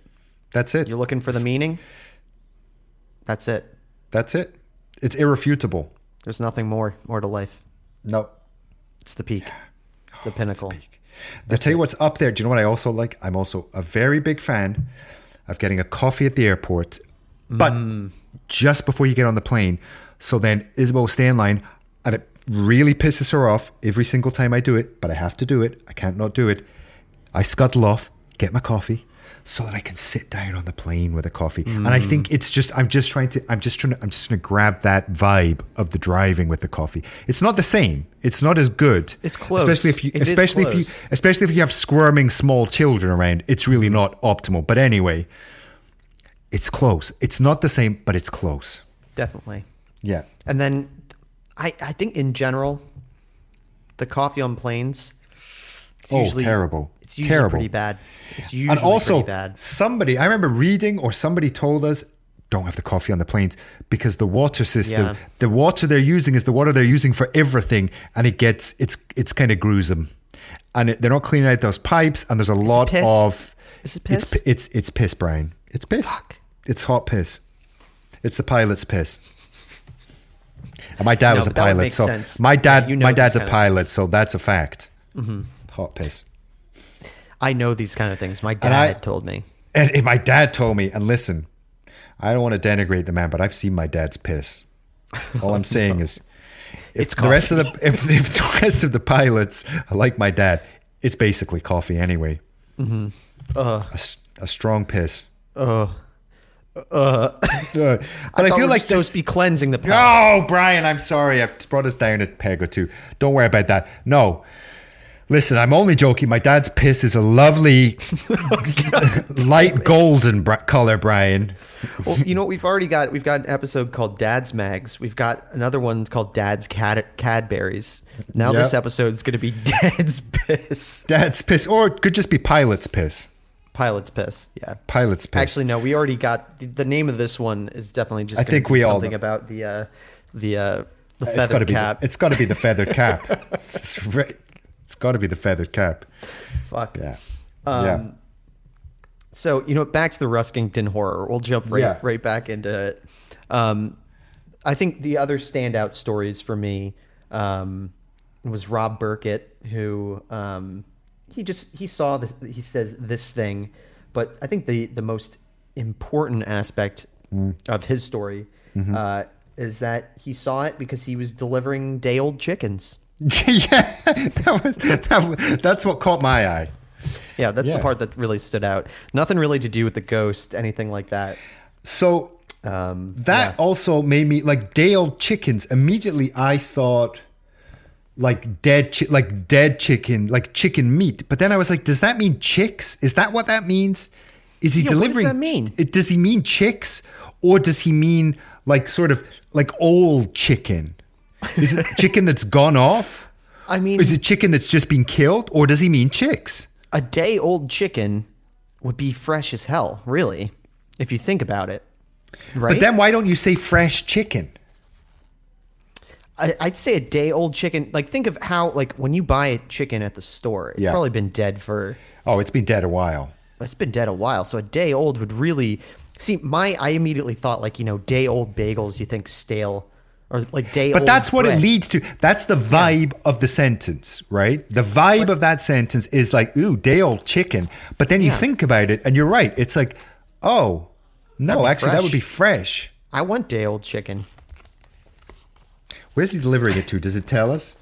[SPEAKER 2] That's it.
[SPEAKER 1] You're looking for the meaning. That's it.
[SPEAKER 2] That's it. It's irrefutable.
[SPEAKER 1] There's nothing more more to life.
[SPEAKER 2] No.
[SPEAKER 1] It's the peak,
[SPEAKER 2] Oh,
[SPEAKER 1] the pinnacle.
[SPEAKER 2] I tell you what's up there. Do you know what I also like? I'm also a very big fan of getting a coffee at the airport, but
[SPEAKER 1] Mm.
[SPEAKER 2] just before you get on the plane. So then Isabel will stay in line, and it really pisses her off every single time I do it, but I have to do it. I can't not do it. I scuttle off, get my coffee. So that I can sit down on the plane with a coffee, and I think it's just I'm just trying to I'm just trying to I'm just going to grab that vibe of the driving with the coffee. It's not the same. It's not as good.
[SPEAKER 1] It's close.
[SPEAKER 2] especially if you
[SPEAKER 1] It is
[SPEAKER 2] especially if you
[SPEAKER 1] close.
[SPEAKER 2] especially if you have squirming small children around, it's really not optimal. But anyway, it's close. It's not the same, but it's close.
[SPEAKER 1] Definitely.
[SPEAKER 2] Yeah.
[SPEAKER 1] And then I, I think in general, the coffee on planes. It's
[SPEAKER 2] Oh, terrible.
[SPEAKER 1] It's usually
[SPEAKER 2] Terrible.
[SPEAKER 1] pretty bad. It's usually
[SPEAKER 2] And also,
[SPEAKER 1] pretty bad.
[SPEAKER 2] somebody I remember reading or somebody told us don't have the coffee on the planes because the water system,
[SPEAKER 1] Yeah.
[SPEAKER 2] the water they're using is the water they're using for everything, and it gets it's it's kind of gruesome, and it, they're not cleaning out those pipes, and there's a lot
[SPEAKER 1] piss?
[SPEAKER 2] of
[SPEAKER 1] Is it
[SPEAKER 2] it's
[SPEAKER 1] piss?
[SPEAKER 2] pi- it's it's piss, Brian. It's piss.
[SPEAKER 1] Fuck.
[SPEAKER 2] It's hot piss. It's the pilot's piss. And my dad
[SPEAKER 1] No,
[SPEAKER 2] was a
[SPEAKER 1] but that would
[SPEAKER 2] pilot,
[SPEAKER 1] make
[SPEAKER 2] so
[SPEAKER 1] sense.
[SPEAKER 2] my
[SPEAKER 1] Yeah,
[SPEAKER 2] dad
[SPEAKER 1] you know
[SPEAKER 2] my
[SPEAKER 1] these
[SPEAKER 2] dad's a
[SPEAKER 1] kind of- Mm-hmm.
[SPEAKER 2] pilot, so that's a fact. Hot piss.
[SPEAKER 1] I know these kind of things. My dad
[SPEAKER 2] I-
[SPEAKER 1] had told me.
[SPEAKER 2] And and my dad told me, and listen, I don't want to denigrate the man, but I've seen my dad's piss. All I'm saying is, if
[SPEAKER 1] It's
[SPEAKER 2] the rest of the if, if the rest of the pilots are like my dad, it's basically coffee anyway.
[SPEAKER 1] Mm-hmm. Uh-huh.
[SPEAKER 2] A s- a, strong piss. Uh, uh. but I,
[SPEAKER 1] Uh-huh. Thought
[SPEAKER 2] feel
[SPEAKER 1] we're
[SPEAKER 2] like
[SPEAKER 1] supposed to be cleansing the palate.
[SPEAKER 2] Oh, Brian, I'm sorry. I've brought us down a peg or two. Don't worry about that. No. Listen, I'm only joking. My dad's piss is a lovely light golden br- color, Brian.
[SPEAKER 1] Well, you know what? We've already got we've got an episode called Dad's Mags. We've got another one called Dad's Cad Cadberries. Now this
[SPEAKER 2] Yep.
[SPEAKER 1] episode's going to be Dad's piss,
[SPEAKER 2] Dad's piss, or it could just be pilot's piss.
[SPEAKER 1] pilot's piss. Yeah.
[SPEAKER 2] Pilot's piss.
[SPEAKER 1] Actually, no. We already got the, the name of this one is definitely just.
[SPEAKER 2] I
[SPEAKER 1] gonna
[SPEAKER 2] think
[SPEAKER 1] be
[SPEAKER 2] we all
[SPEAKER 1] something
[SPEAKER 2] know.
[SPEAKER 1] about the uh, the uh, the
[SPEAKER 2] it's got to
[SPEAKER 1] feathered
[SPEAKER 2] be.
[SPEAKER 1] cap.
[SPEAKER 2] The, it's got to be the feathered cap. it's re- it's got to be the feathered cap.
[SPEAKER 1] Fuck.
[SPEAKER 2] Yeah. yeah.
[SPEAKER 1] Um, So you know, back to the Ruskington horror. We'll jump right
[SPEAKER 2] Yeah.
[SPEAKER 1] right back into it. Um, I think the other standout stories for me um, was Rob Burkett, who um, he just he saw this. He says this thing, but I think the the most important aspect
[SPEAKER 2] Mm.
[SPEAKER 1] of his story
[SPEAKER 2] Mm-hmm.
[SPEAKER 1] uh, is that he saw it because he was delivering day old chickens.
[SPEAKER 2] yeah. That was, that was, that's what caught my eye.
[SPEAKER 1] Yeah, that's
[SPEAKER 2] Yeah.
[SPEAKER 1] the part that really stood out. Nothing really to do with the ghost, anything like that.
[SPEAKER 2] So
[SPEAKER 1] Um,
[SPEAKER 2] that also made me like day old chickens. Immediately, I thought like dead, chi- like dead chicken, like chicken meat. But then I was like, does that mean chicks? Is that what that means? Is he
[SPEAKER 1] Yeah, what does
[SPEAKER 2] delivering?
[SPEAKER 1] that mean?
[SPEAKER 2] it- Does he mean chicks, or does he mean like sort of like old chicken? Is it chicken that's gone off?
[SPEAKER 1] I mean,
[SPEAKER 2] Is it chicken that's just been killed, or does he mean chicks?
[SPEAKER 1] a day old chicken would be fresh as hell, really, if you think about it. Right?
[SPEAKER 2] But then why don't you say fresh chicken?
[SPEAKER 1] I, I'd say a day old chicken, like, think of how, like, when you buy a chicken at the store, it's
[SPEAKER 2] Yeah.
[SPEAKER 1] probably been dead for,
[SPEAKER 2] Oh, it's been dead a while.
[SPEAKER 1] it's been dead a while. So a day old would really, see, my, I immediately thought, like, you know, day old bagels, you think stale, or like day old.
[SPEAKER 2] But that's what
[SPEAKER 1] bread.
[SPEAKER 2] it leads to. That's the vibe of the sentence, right? The vibe of that sentence is like, ooh, day old chicken. But then you think about it and you're right. It's like, oh, no, actually, that would be fresh.
[SPEAKER 1] I want day old chicken.
[SPEAKER 2] Where's he delivering it to? Does it tell us?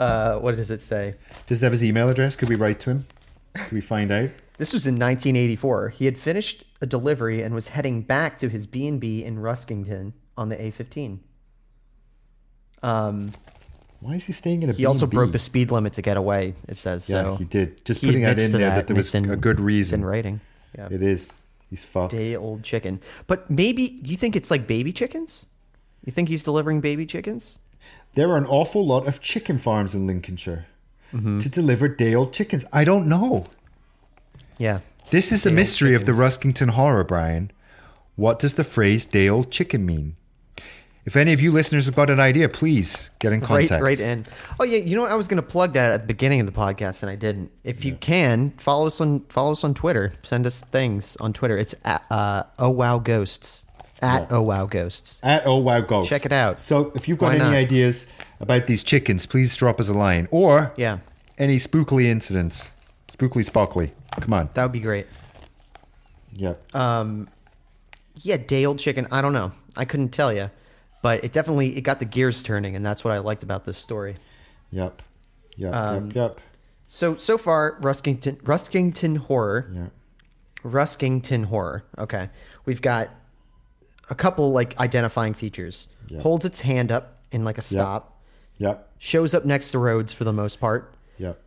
[SPEAKER 1] Uh, what does it say?
[SPEAKER 2] Does it have his email address? Could we write to him? Could we find out?
[SPEAKER 1] This was in 1984. He had finished a delivery and was heading back to his B&B in Ruskington on the A15. Um,
[SPEAKER 2] Why is he staying in a
[SPEAKER 1] he also broke the speed limit to get away, it says.
[SPEAKER 2] Yeah,
[SPEAKER 1] so
[SPEAKER 2] he did. Just
[SPEAKER 1] he
[SPEAKER 2] putting that
[SPEAKER 1] admits
[SPEAKER 2] in
[SPEAKER 1] to
[SPEAKER 2] there that,
[SPEAKER 1] and
[SPEAKER 2] there was
[SPEAKER 1] it's in-
[SPEAKER 2] a good
[SPEAKER 1] It's in
[SPEAKER 2] reason.
[SPEAKER 1] writing. Yeah.
[SPEAKER 2] It is. He's fucked.
[SPEAKER 1] Day old chicken. But maybe, do you think it's like baby chickens? You think he's delivering baby chickens?
[SPEAKER 2] There are an awful lot of chicken farms in Lincolnshire
[SPEAKER 1] Mm-hmm.
[SPEAKER 2] to deliver day old chickens. I don't know.
[SPEAKER 1] Yeah.
[SPEAKER 2] This is the
[SPEAKER 1] Day-old
[SPEAKER 2] mystery of the
[SPEAKER 1] chickens.
[SPEAKER 2] Ruskington horror, Brian. What does the phrase day old chicken mean? If any of you listeners have got an idea, please get in
[SPEAKER 1] Right,
[SPEAKER 2] contact.
[SPEAKER 1] right in. Oh yeah, you know what? I was going to plug that at the beginning of the podcast, and I didn't. If you can follow us on follow us on Twitter, send us things on Twitter. It's at uh, oh wow ghosts at oh wow ghosts.
[SPEAKER 2] At Oh Wow Ghost.
[SPEAKER 1] Check it out.
[SPEAKER 2] So if you've got
[SPEAKER 1] Why
[SPEAKER 2] any
[SPEAKER 1] not?
[SPEAKER 2] ideas about these chickens, please drop us a line. Or
[SPEAKER 1] Yeah,
[SPEAKER 2] any spookly incidents. Spookly spockly. Come on.
[SPEAKER 1] that would be great.
[SPEAKER 2] Yeah.
[SPEAKER 1] Uh, Yeah, day old chicken. I don't know. I couldn't tell you, but it definitely it got the gears turning, and that's what I liked about this story.
[SPEAKER 2] Yep. Yep.
[SPEAKER 1] um,
[SPEAKER 2] yep. Yep.
[SPEAKER 1] So so far, Ruskington Ruskington horror.
[SPEAKER 2] Yep.
[SPEAKER 1] Ruskington horror. Okay. We've got a couple like identifying features.
[SPEAKER 2] Yeah.
[SPEAKER 1] Holds its hand up in like a stop.
[SPEAKER 2] Yep.
[SPEAKER 1] Shows up next to roads for the most part.
[SPEAKER 2] Yep.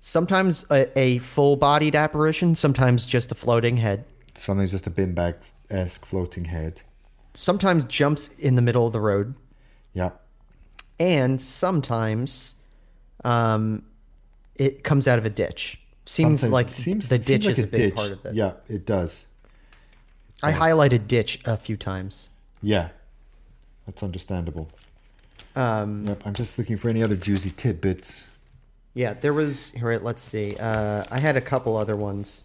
[SPEAKER 1] Sometimes a, a full bodied apparition, sometimes just a floating head.
[SPEAKER 2] Something's just a bin bag esque floating head.
[SPEAKER 1] Sometimes jumps in the middle of the road.
[SPEAKER 2] Yep.
[SPEAKER 1] And sometimes um, it comes out of a ditch. Seems
[SPEAKER 2] Sometimes
[SPEAKER 1] like
[SPEAKER 2] it seems-
[SPEAKER 1] the
[SPEAKER 2] it
[SPEAKER 1] ditch
[SPEAKER 2] seems like
[SPEAKER 1] is a, big part of it.
[SPEAKER 2] Yeah, it does.
[SPEAKER 1] I highlighted ditch a few times.
[SPEAKER 2] Yeah, that's understandable.
[SPEAKER 1] Um,
[SPEAKER 2] Yep, I'm just looking for any other juicy tidbits.
[SPEAKER 1] Yeah, there was. All right, let's see. Uh, I had a couple other ones.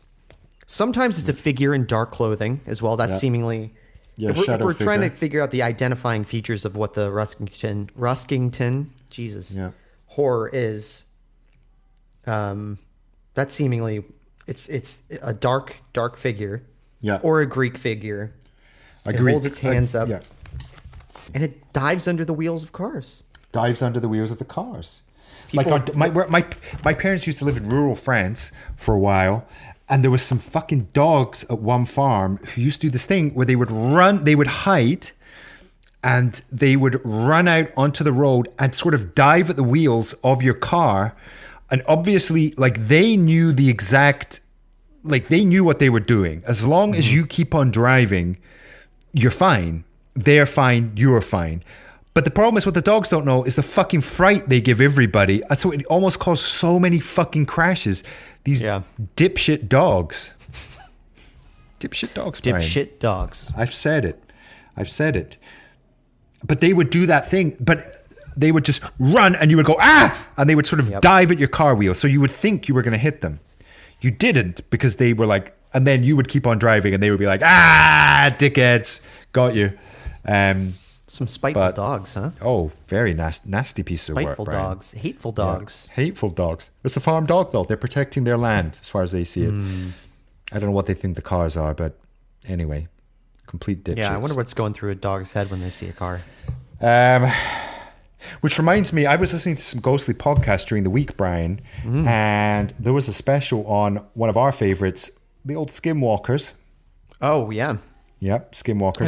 [SPEAKER 1] Sometimes it's a figure in dark clothing as well. That's
[SPEAKER 2] Yeah.
[SPEAKER 1] seemingly.
[SPEAKER 2] Yeah,
[SPEAKER 1] if we're, if
[SPEAKER 2] shadow
[SPEAKER 1] we're trying to
[SPEAKER 2] figure.
[SPEAKER 1] figure out the identifying features of what the Ruskington Ruskington Jesus
[SPEAKER 2] Yeah.
[SPEAKER 1] horror is, um, that's seemingly it's it's a dark dark figure,
[SPEAKER 2] Yeah.
[SPEAKER 1] or a Greek figure,
[SPEAKER 2] It
[SPEAKER 1] holds its hands up.
[SPEAKER 2] Uh, Yeah,
[SPEAKER 1] and it dives under the wheels of cars.
[SPEAKER 2] dives under the wheels of the cars. Like
[SPEAKER 1] People-
[SPEAKER 2] our, my, where- my my parents used to live in rural France for a while, and there was some fucking dogs at one farm who used to do this thing where they would run, they would hide, and they would run out onto the road and sort of dive at the wheels of your car, and obviously, like they knew the exact, like they knew what they were doing. As long as you keep on driving, you're fine. They're fine. You're fine. But the problem is what the dogs don't know is the fucking fright they give everybody. And so it almost caused so many fucking crashes. These
[SPEAKER 1] Yeah.
[SPEAKER 2] dipshit dogs. Dipshit dogs, Brian.
[SPEAKER 1] Dipshit dogs.
[SPEAKER 2] I've said it. I've said it. But they would do that thing, but they would just run and you would go, ah! And they would sort of dive at your car wheel. So you would think you were going to hit them. You didn't because they were like, and then you would keep on driving and they would be like, ah, dickheads, got you. Um,
[SPEAKER 1] Some spiteful
[SPEAKER 2] But-
[SPEAKER 1] dogs, huh?
[SPEAKER 2] oh, very nasty, nasty piece of
[SPEAKER 1] Spiteful
[SPEAKER 2] work, Brian.
[SPEAKER 1] dogs, hateful dogs.
[SPEAKER 2] Hateful dogs. It's a farm dog, though. They're protecting their land as far as they see it.
[SPEAKER 1] Hmm.
[SPEAKER 2] I don't know what they think the cars are, but anyway, complete ditches.
[SPEAKER 1] Yeah, I wonder what's going through a dog's head when they see a car.
[SPEAKER 2] Um, which reminds me, I was listening to some ghostly podcasts during the week, Brian,
[SPEAKER 1] Mm-hmm.
[SPEAKER 2] and there was a special on one of our favorites, the old Skimwalkers.
[SPEAKER 1] Oh yeah,
[SPEAKER 2] Yep, Um, Skimwalkers.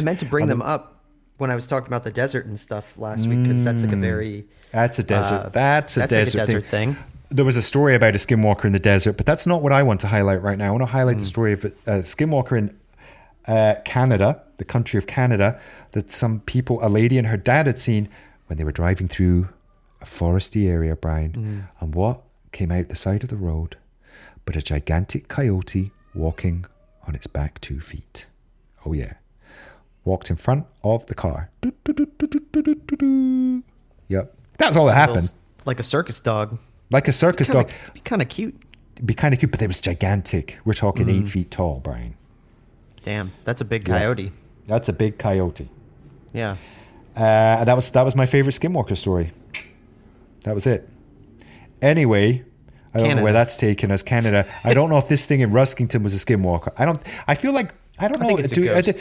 [SPEAKER 1] I meant to bring them up when I was talking about the desert and stuff last week because that's like a very
[SPEAKER 2] That's a desert.
[SPEAKER 1] Uh,
[SPEAKER 2] that's a
[SPEAKER 1] that's like a
[SPEAKER 2] desert,
[SPEAKER 1] desert
[SPEAKER 2] thing.
[SPEAKER 1] thing.
[SPEAKER 2] There was a story about a skinwalker in the desert, but that's not what I want to highlight right now. I want to highlight the story of a skinwalker in uh, Canada, the country of Canada, that some people, a lady and her dad, had seen when they were driving through a foresty area, Brian. And what came out the side of the road but a gigantic coyote walking on its back two feet. Oh, yeah. Walked in front of the car. Yep. That's all
[SPEAKER 1] little
[SPEAKER 2] that happened
[SPEAKER 1] s- like a circus dog.
[SPEAKER 2] like a circus
[SPEAKER 1] Kinda,
[SPEAKER 2] dog.
[SPEAKER 1] it'd be kind of cute.
[SPEAKER 2] It'd be kind of cute, but it was gigantic. We're talking
[SPEAKER 1] Mm.
[SPEAKER 2] eight feet tall, Brian.
[SPEAKER 1] Damn, that's a big coyote.
[SPEAKER 2] That's a big coyote.
[SPEAKER 1] Yeah,
[SPEAKER 2] Uh, that was that was my favorite Skinwalker story. That was it. Anyway, I don't know
[SPEAKER 1] Canada.
[SPEAKER 2] where that's taken us. Canada. I don't know if this thing in Ruskington was a Skinwalker. I don't. I feel like I don't know.
[SPEAKER 1] think it's a
[SPEAKER 2] do,
[SPEAKER 1] ghost.
[SPEAKER 2] do-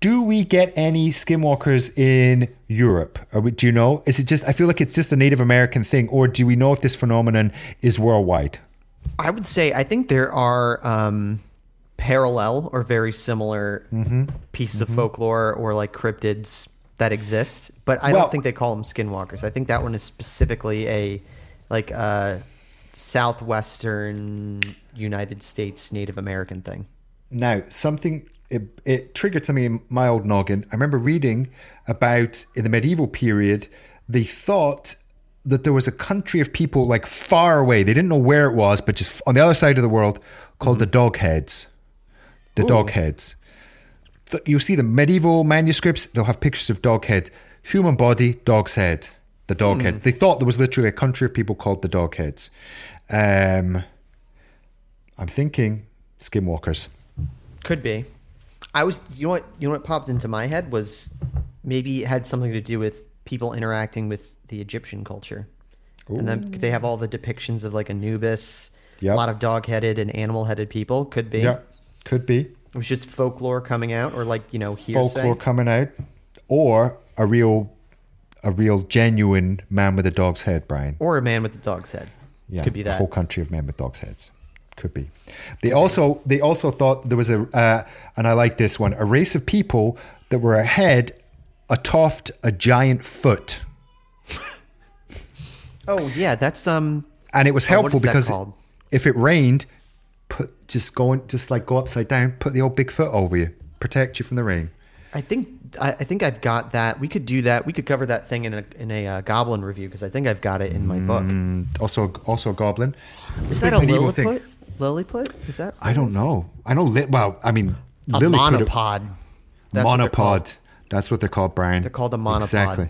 [SPEAKER 2] do we get any Skinwalkers in Europe? Are we, do you know? Is it just? I feel like it's just a Native American thing, or do we know if this phenomenon is worldwide?
[SPEAKER 1] I would say I think there are um, parallel or very similar pieces of folklore or like cryptids that exist, but I
[SPEAKER 3] Well-
[SPEAKER 1] don't think they call them skinwalkers. I think that one is specifically a like a southwestern United States Native American thing.
[SPEAKER 2] Now, something it, it triggered something in my old noggin. I remember reading about in the medieval period, they thought that there was a country of people like far away. They didn't know where it was, but just on the other side of the world, called the Dogheads. The Dogheads. Th- You'll see the medieval manuscripts. They'll have pictures of dog head, human body, dog's head, the dog head. They thought there was literally a country of people called the Dogheads. Um, I'm thinking skinwalkers.
[SPEAKER 1] Could be. I was you know what you know what popped into my head was maybe it had something to do with people interacting with the Egyptian culture. And then they have all the depictions of like Anubis,
[SPEAKER 2] Yep.
[SPEAKER 1] a lot of dog-headed and animal-headed people. Could be.
[SPEAKER 2] Yeah, could be
[SPEAKER 1] It was just folklore coming out, or like you know hearsay.
[SPEAKER 2] folklore coming out, or a real, a real genuine man with a dog's head, Brian.
[SPEAKER 1] or a man with the dog's head.
[SPEAKER 2] Yeah,
[SPEAKER 1] could be
[SPEAKER 2] A
[SPEAKER 1] that.
[SPEAKER 2] whole country of men with dogs' heads. Could be. They also they also thought there was a uh, and I like this one a race of people that were a head, a toft, a giant foot,
[SPEAKER 1] Oh yeah, that's um.
[SPEAKER 2] and it was
[SPEAKER 1] Oh, what
[SPEAKER 2] helpful
[SPEAKER 1] is that
[SPEAKER 2] because
[SPEAKER 1] called?
[SPEAKER 2] if it rained, put just go and just like go upside down, put the old big foot over you, protect you from the rain.
[SPEAKER 1] I think I, I think I've got that. We could do that. We could cover that thing in a in a uh, goblin review because I think I've got it in my book.
[SPEAKER 2] Also, also a goblin.
[SPEAKER 1] Is that a
[SPEAKER 2] Big medieval thing.
[SPEAKER 1] lilliput? Lilliput? Is that?
[SPEAKER 2] I don't know. I know. Li- well, I mean,
[SPEAKER 1] A
[SPEAKER 2] Lily put it-
[SPEAKER 1] monopod. That's what they're called.
[SPEAKER 2] monopod. That's what they're called, Brian. They're
[SPEAKER 1] called a monopod.
[SPEAKER 2] Exactly.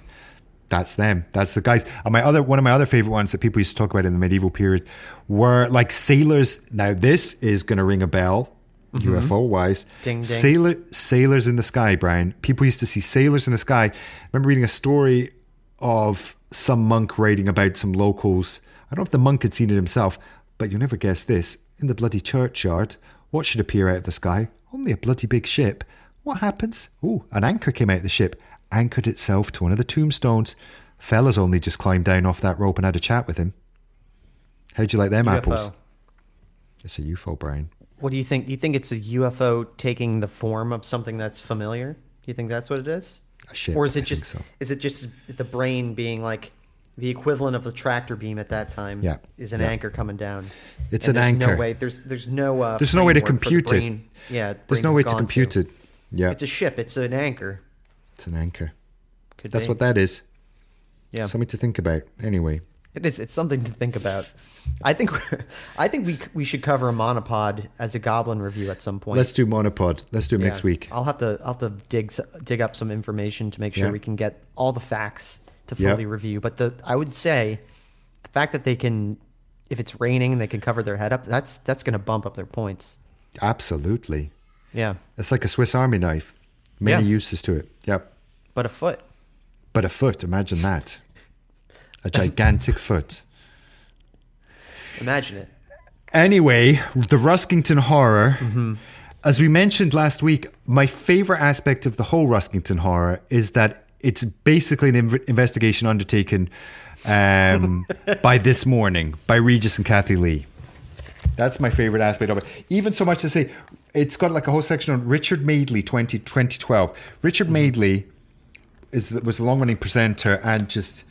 [SPEAKER 2] That's them. That's the guys. And my other one of my other favorite ones that people used to talk about in the medieval period were like sailors. Now this is going to ring a bell, UFO wise.
[SPEAKER 1] Mm-hmm. Ding, ding.
[SPEAKER 2] Sailor sailors in the sky, Brian. People used to see sailors in the sky. I remember reading a story of some monk writing about some locals. I don't know if the monk had seen it himself, but you'll never guess this. In the bloody churchyard, what should appear out of the sky? Only a bloody big ship. What happens? Ooh, an anchor came out of the ship, anchored itself to one of the tombstones. Fella's only just climbed down off that rope and had a chat with him. How'd you like them apples?
[SPEAKER 1] UFO.
[SPEAKER 2] It's a UFO, Brian.
[SPEAKER 1] What do you think? You think it's a UFO taking the form of something that's familiar? Do you think that's what it is?
[SPEAKER 2] A ship,
[SPEAKER 1] Or is
[SPEAKER 2] I
[SPEAKER 1] it
[SPEAKER 2] think
[SPEAKER 1] just
[SPEAKER 2] so.
[SPEAKER 1] is it just the brain being like the equivalent of the tractor beam at that time?
[SPEAKER 2] Yeah.
[SPEAKER 1] Is an
[SPEAKER 2] Yeah.
[SPEAKER 1] anchor coming down?
[SPEAKER 2] It's
[SPEAKER 1] And
[SPEAKER 2] an
[SPEAKER 1] there's
[SPEAKER 2] anchor.
[SPEAKER 1] No way. There's there's no uh,
[SPEAKER 2] There's no way to
[SPEAKER 1] framework for the
[SPEAKER 2] compute it.
[SPEAKER 1] brain- Yeah.
[SPEAKER 2] There's
[SPEAKER 1] brain
[SPEAKER 2] no way to
[SPEAKER 1] gone
[SPEAKER 2] compute it. Yeah,
[SPEAKER 1] It's a ship. It's an anchor.
[SPEAKER 2] it's an anchor.
[SPEAKER 1] Could
[SPEAKER 2] That's
[SPEAKER 1] be.
[SPEAKER 2] what that is.
[SPEAKER 1] Yeah.
[SPEAKER 2] Something to think about. Anyway,
[SPEAKER 1] It is. It's something to think about. I think I think we we should cover a monopod as a goblin review at some point.
[SPEAKER 2] let's do monopod. Let's do it next
[SPEAKER 1] Yeah.
[SPEAKER 2] week.
[SPEAKER 1] I'll have to I'll have to dig s- dig up some information to make sure
[SPEAKER 2] Yeah.
[SPEAKER 1] we can get all the facts to
[SPEAKER 2] Yeah.
[SPEAKER 1] fully review. But the I would say the fact that they can if it's raining they can cover their head up that's that's going to bump up their points.
[SPEAKER 2] Absolutely.
[SPEAKER 1] Yeah.
[SPEAKER 2] It's like a Swiss Army knife. Many
[SPEAKER 1] Yeah.
[SPEAKER 2] uses to it. Yep.
[SPEAKER 1] But a foot.
[SPEAKER 2] But a foot, imagine that. A gigantic foot.
[SPEAKER 1] Imagine it.
[SPEAKER 2] Anyway, the Ruskington horror.
[SPEAKER 1] Mm-hmm.
[SPEAKER 2] As we mentioned last week, my favorite aspect of the whole Ruskington horror is that it's basically an inv- investigation undertaken um, by this morning by Regis and Kathy Lee. That's my favorite aspect of it. Even so much to say, it's got like a whole section on Richard Madeley 20, 2012. Richard
[SPEAKER 1] Mm-hmm.
[SPEAKER 2] Madeley is was a long running presenter and just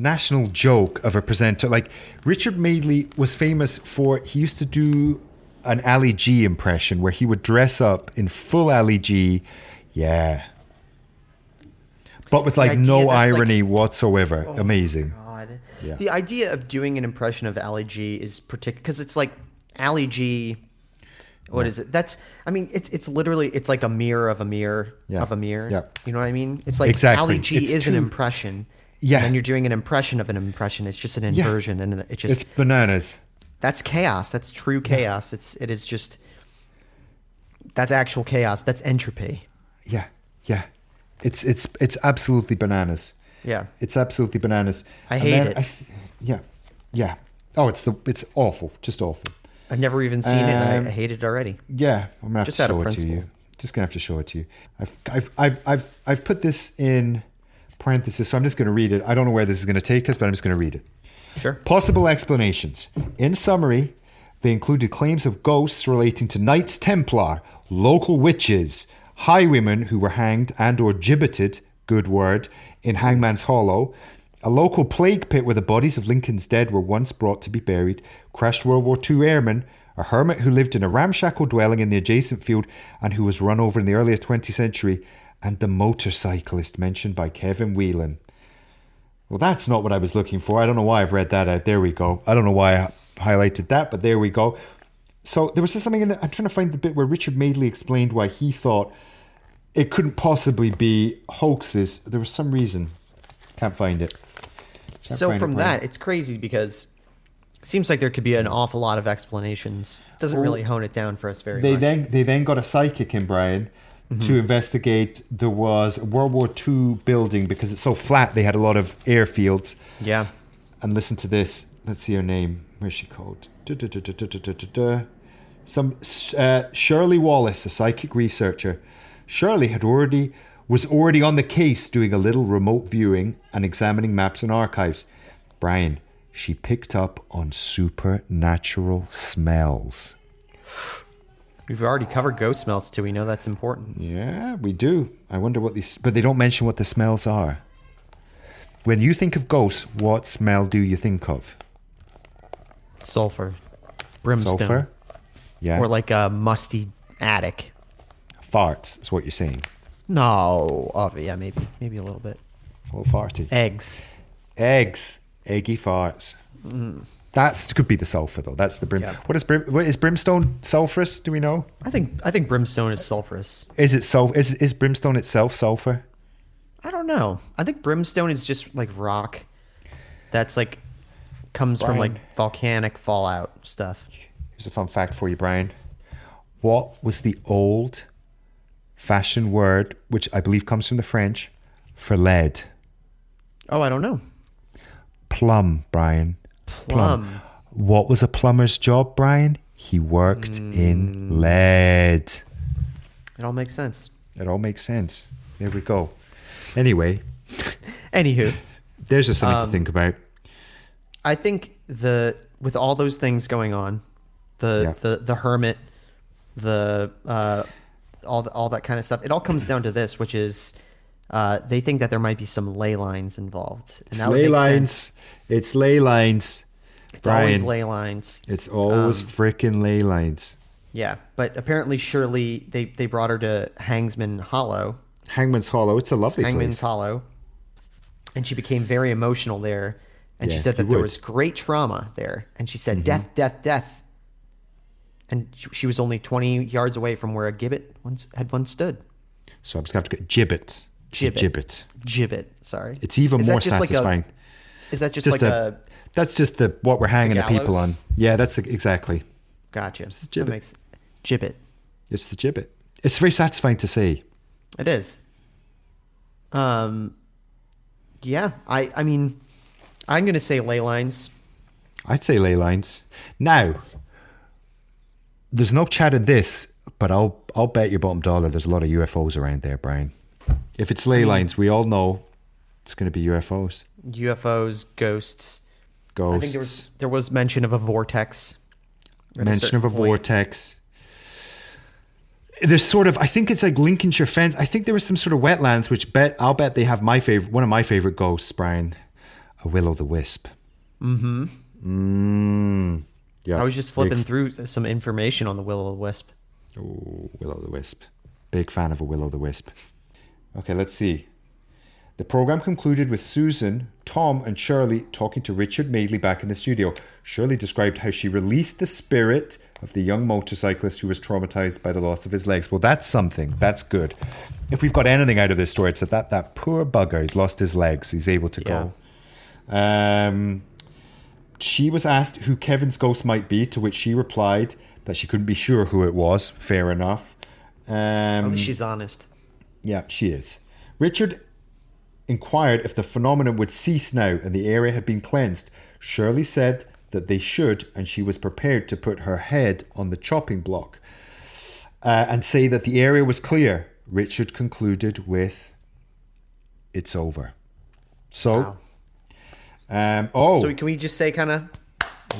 [SPEAKER 2] national joke of a presenter. Like Richard Madeley was famous for he used to do an Ali G impression where he would dress up in full Ali G, yeah, but with like
[SPEAKER 1] idea
[SPEAKER 2] no
[SPEAKER 1] that's, like- Oh.
[SPEAKER 2] irony whatsoever. Amazing.
[SPEAKER 1] God.
[SPEAKER 2] Yeah.
[SPEAKER 1] The idea of doing an impression of Ali G is particular because it's like Ali G. What is it? That's I mean it's it's literally it's like a mirror of a mirror
[SPEAKER 2] Yeah.
[SPEAKER 1] of a mirror.
[SPEAKER 2] Yeah.
[SPEAKER 1] You know what I mean? It's like
[SPEAKER 2] Exactly.
[SPEAKER 1] Ali G
[SPEAKER 2] It's
[SPEAKER 1] is an
[SPEAKER 2] too-
[SPEAKER 1] impression.
[SPEAKER 2] Yeah.
[SPEAKER 1] And then you're doing an impression of an impression. It's just an inversion, and it just
[SPEAKER 2] It's bananas.
[SPEAKER 1] that's chaos. That's true chaos. It's it is just that's actual chaos. That's entropy.
[SPEAKER 2] Yeah, yeah. It's it's it's absolutely bananas.
[SPEAKER 1] Yeah.
[SPEAKER 2] It's absolutely bananas.
[SPEAKER 1] I
[SPEAKER 2] And
[SPEAKER 1] hate
[SPEAKER 2] then
[SPEAKER 1] it.
[SPEAKER 2] th- yeah, yeah. Oh, it's the it's awful, just awful.
[SPEAKER 1] I've never even seen it. and I
[SPEAKER 2] Um,
[SPEAKER 1] hate it already.
[SPEAKER 2] Yeah, I'm gonna have
[SPEAKER 1] Just
[SPEAKER 2] to
[SPEAKER 1] out of
[SPEAKER 2] show it to
[SPEAKER 1] principle.
[SPEAKER 2] you. Just gonna have to show it to you. I've I've I've I've I've put this in parenthesis, so I'm just gonna read it. I don't know where this is gonna take us, but I'm just gonna read it.
[SPEAKER 1] Sure.
[SPEAKER 2] Possible explanations. In summary, They included claims of ghosts relating to Knights Templar, local witches, highwaymen who were hanged and or gibbeted, good word, in Hangman's Hollow, a local plague pit where the bodies of Lincoln's dead were once brought to be buried, crashed World War II airmen, a hermit who lived in a ramshackle dwelling in the adjacent field and who was run over in the earlier 20th century, and the motorcyclist mentioned by Kevin Whelan. Well, that's not what I was looking for. I don't know why I've read that out. There we go. I don't know why I highlighted that, but there we go. So there was just something in the I'm trying to find the bit where Richard Madeley explained why he thought it couldn't possibly be hoaxes. There was some reason. Can't find it. Can't
[SPEAKER 1] So
[SPEAKER 2] find it,
[SPEAKER 1] from
[SPEAKER 2] Brian.
[SPEAKER 1] that, it's crazy because it seems like there could be an awful lot of explanations. It doesn't really hone it down for us very
[SPEAKER 2] they
[SPEAKER 1] much.
[SPEAKER 2] then they then got a psychic in Brian to investigate. There was a World War II building because it's so flat. They had a lot of airfields.
[SPEAKER 1] yeah.
[SPEAKER 2] And listen to this. Let's see her name. Where's she called? Du-du-du-du-du-du-du-du. Some uh, Shirley Wallace, a psychic researcher. Shirley had already was already on the case, doing a little remote viewing and examining maps and archives. Brian, she picked up on supernatural smells.
[SPEAKER 1] We've already covered ghost smells too. We know that's important.
[SPEAKER 2] Yeah, we do. I wonder what these, but they don't mention what the smells are. When you think of ghosts, what smell do you think of?
[SPEAKER 1] Sulfur, brimstone,
[SPEAKER 2] Sulfur. Yeah.
[SPEAKER 1] or like a musty attic.
[SPEAKER 2] farts is what you're saying.
[SPEAKER 1] No, oh, yeah, maybe, maybe a little bit.
[SPEAKER 2] A little farty.
[SPEAKER 1] Eggs.
[SPEAKER 2] Eggs. Eggy farts. That's could be the sulfur though. That's the brim.
[SPEAKER 1] Yeah.
[SPEAKER 2] What is brim? What is brimstone sulfurous? Do we know?
[SPEAKER 1] I think I think brimstone is sulfurous.
[SPEAKER 2] Is it sulf? Is is brimstone itself sulfur?
[SPEAKER 1] I don't know. I think brimstone is just like rock. That's like comes from
[SPEAKER 2] Brian.
[SPEAKER 1] like volcanic fallout stuff.
[SPEAKER 2] Here's a fun fact for you, Brian. What was the old fashioned word, which I believe comes from the French, for lead?
[SPEAKER 1] Oh, I don't know.
[SPEAKER 2] Plum, Brian.
[SPEAKER 1] Plum.
[SPEAKER 2] What was a plumber's job, Brian? He worked
[SPEAKER 1] Hmm.
[SPEAKER 2] in lead.
[SPEAKER 1] It all makes sense.
[SPEAKER 2] It all makes sense. There we go. Anyway,
[SPEAKER 1] Anywho,
[SPEAKER 2] there's just something
[SPEAKER 1] Um,
[SPEAKER 2] to think about.
[SPEAKER 1] I think the with all those things going on, the
[SPEAKER 2] Yeah.
[SPEAKER 1] the the hermit, the uh, all the, all that kind of stuff. It all comes down to this, which is uh, they think that there might be some ley lines involved. And
[SPEAKER 2] It's
[SPEAKER 1] that would
[SPEAKER 2] ley
[SPEAKER 1] make
[SPEAKER 2] lines.
[SPEAKER 1] sense.
[SPEAKER 2] It's ley lines.
[SPEAKER 1] It's
[SPEAKER 2] Brian,
[SPEAKER 1] always ley Um, lines.
[SPEAKER 2] it's always frickin' ley lines.
[SPEAKER 1] Yeah, but apparently Shirley they they brought her to Hangsman Hollow,
[SPEAKER 2] Hangman's Hollow. It's a lovely
[SPEAKER 1] Hangman's
[SPEAKER 2] place.
[SPEAKER 1] Hollow, and she became very emotional there, and she
[SPEAKER 2] Yeah,
[SPEAKER 1] said that
[SPEAKER 2] you
[SPEAKER 1] there
[SPEAKER 2] would. Mm-hmm.
[SPEAKER 1] was great trauma there, and she said death, death, death, and sh- she was only twenty yards away from where a gibbet once had once stood.
[SPEAKER 2] So I'm just going to have to get gibbet. It's a
[SPEAKER 1] Gibbet.
[SPEAKER 2] gibbet.
[SPEAKER 1] Gibbet, sorry,
[SPEAKER 2] It's even
[SPEAKER 1] Is that
[SPEAKER 2] more
[SPEAKER 1] just like a-
[SPEAKER 2] satisfying.
[SPEAKER 1] is that just,
[SPEAKER 2] just
[SPEAKER 1] like
[SPEAKER 2] a,
[SPEAKER 1] a,
[SPEAKER 2] that's just the what we're hanging the, people
[SPEAKER 1] gallows?
[SPEAKER 2] on. Yeah, that's the, exactly.
[SPEAKER 1] gotcha? It's
[SPEAKER 2] the gibbet.
[SPEAKER 1] makes gibbet.
[SPEAKER 2] It's the gibbet. It's very satisfying to see.
[SPEAKER 1] It is. Um, yeah, I I mean, I'm gonna say ley lines.
[SPEAKER 2] I'd say ley lines. Now, there's no chat in this, but I'll I'll bet your bottom dollar there's a lot of UFOs around there, Brian. If it's
[SPEAKER 1] Hmm.
[SPEAKER 2] ley lines, we all know it's going to be UFOs,
[SPEAKER 1] UFOs, ghosts.
[SPEAKER 2] ghosts.
[SPEAKER 1] I think there was there was mention of a vortex. at a
[SPEAKER 2] mention
[SPEAKER 1] certain
[SPEAKER 2] of a
[SPEAKER 1] point.
[SPEAKER 2] vortex. There's sort of, I think it's like Lincolnshire fence. I think there was some sort of wetlands, which bet I'll bet they have my favorite, one of my favorite ghosts, Brian, a will o' the wisp. Mm-hmm. Mm. Yeah.
[SPEAKER 1] I was just flipping through some information on the Will o' the Wisp.
[SPEAKER 2] Oh, will o' the wisp. Big fan of a will o' the wisp. Okay, let's see. The program concluded with Susan, Tom, and Shirley talking to Richard Madeley back in the studio. Shirley described how she released the spirit of the young motorcyclist who was traumatized by the loss of his legs. Well, that's something. That's good. If we've got anything out of this story, it's that that, that poor bugger, he's lost his legs, he's able to
[SPEAKER 1] Yeah.
[SPEAKER 2] go. Um, she was asked who Kevin's ghost might be, to which she replied that she couldn't be sure who it was. Fair enough. Um,
[SPEAKER 1] She's honest.
[SPEAKER 2] yeah, she is. Richard inquired if the phenomenon would cease now and the area had been cleansed. Shirley said that they should, and she was prepared to put her head on the chopping block uh, and say that the area was clear. Richard concluded with, "It's over." So, oh, um, oh
[SPEAKER 1] So can we just say kind of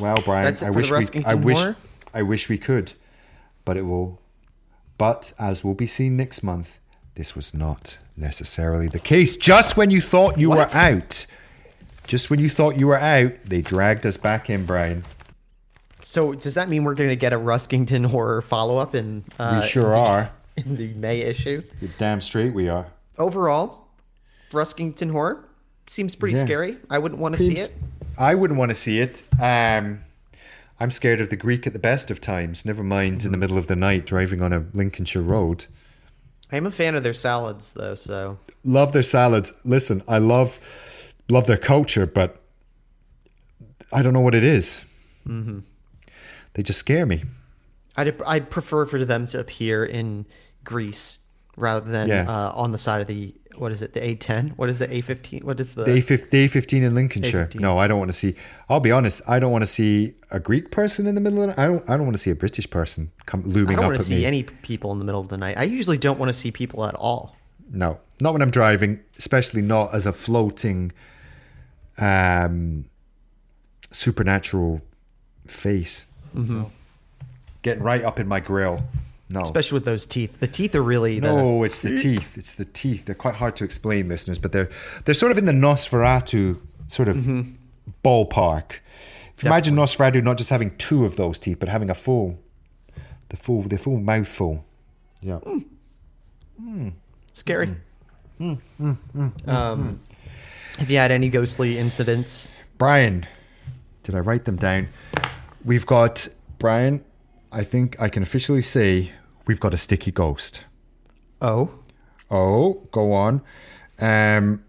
[SPEAKER 2] wow, Brian,
[SPEAKER 1] that's it
[SPEAKER 2] I
[SPEAKER 1] for
[SPEAKER 2] wish
[SPEAKER 1] the
[SPEAKER 2] we, I
[SPEAKER 1] Ruskington
[SPEAKER 2] wish,
[SPEAKER 1] Horror?
[SPEAKER 2] I wish we could, but it will. But as will be seen next month, this was not necessarily the case. Just when you thought you
[SPEAKER 1] What?
[SPEAKER 2] were out, just when you thought you were out, they dragged us back in, Brian.
[SPEAKER 1] So does that mean we're going to get a Ruskington horror follow up in uh,
[SPEAKER 2] We sure are.
[SPEAKER 1] in the May issue?
[SPEAKER 2] You're damn straight we are.
[SPEAKER 1] Overall, Ruskington horror seems pretty
[SPEAKER 2] Yeah.
[SPEAKER 1] scary. I wouldn't want to see it.
[SPEAKER 2] I wouldn't want to see it. Um, I'm scared of the Greek at the best of times. Never mind in the middle of the night driving on a Lincolnshire road.
[SPEAKER 1] I am a fan of their salads though, so
[SPEAKER 2] Love their salads. Listen, I love love their culture, but I don't know what it is.
[SPEAKER 1] Mm-hmm.
[SPEAKER 2] They just scare me.
[SPEAKER 1] I'd I'd prefer for them to appear in Greece rather than
[SPEAKER 2] Yeah.
[SPEAKER 1] uh, on the side of the what is it the A10? What is the A15? What is the
[SPEAKER 2] Day, fif- day 15 in Lincolnshire.
[SPEAKER 1] A15.
[SPEAKER 2] No, I don't want to see. I'll be honest. I don't want to see a Greek person in the middle of the I don't, I don't want to see a British person come
[SPEAKER 1] I
[SPEAKER 2] looming
[SPEAKER 1] don't
[SPEAKER 2] up
[SPEAKER 1] want
[SPEAKER 2] at
[SPEAKER 1] to see
[SPEAKER 2] me.
[SPEAKER 1] any people in the middle of the night. I usually don't want to see people at all.
[SPEAKER 2] No, not when I'm driving, especially not as a floating um, supernatural face.
[SPEAKER 1] Mm-hmm.
[SPEAKER 2] Getting right up in my grill. No.
[SPEAKER 1] Especially with those teeth. The teeth are really the,
[SPEAKER 2] no, Oh, it's the teeth. It's the teeth. They're quite hard to explain, listeners, but they're they're sort of in the Nosferatu sort of ballpark. If you imagine Nosferatu not just having two of those teeth, but having a full, the full, the full mouthful. Hmm. Yeah.
[SPEAKER 1] scary. um, Have you had any ghostly incidents?
[SPEAKER 2] Brian, did I write them down? We've got Brian. I think I can officially say we've got a sticky ghost.
[SPEAKER 1] Oh,
[SPEAKER 2] Oh, go on. Um,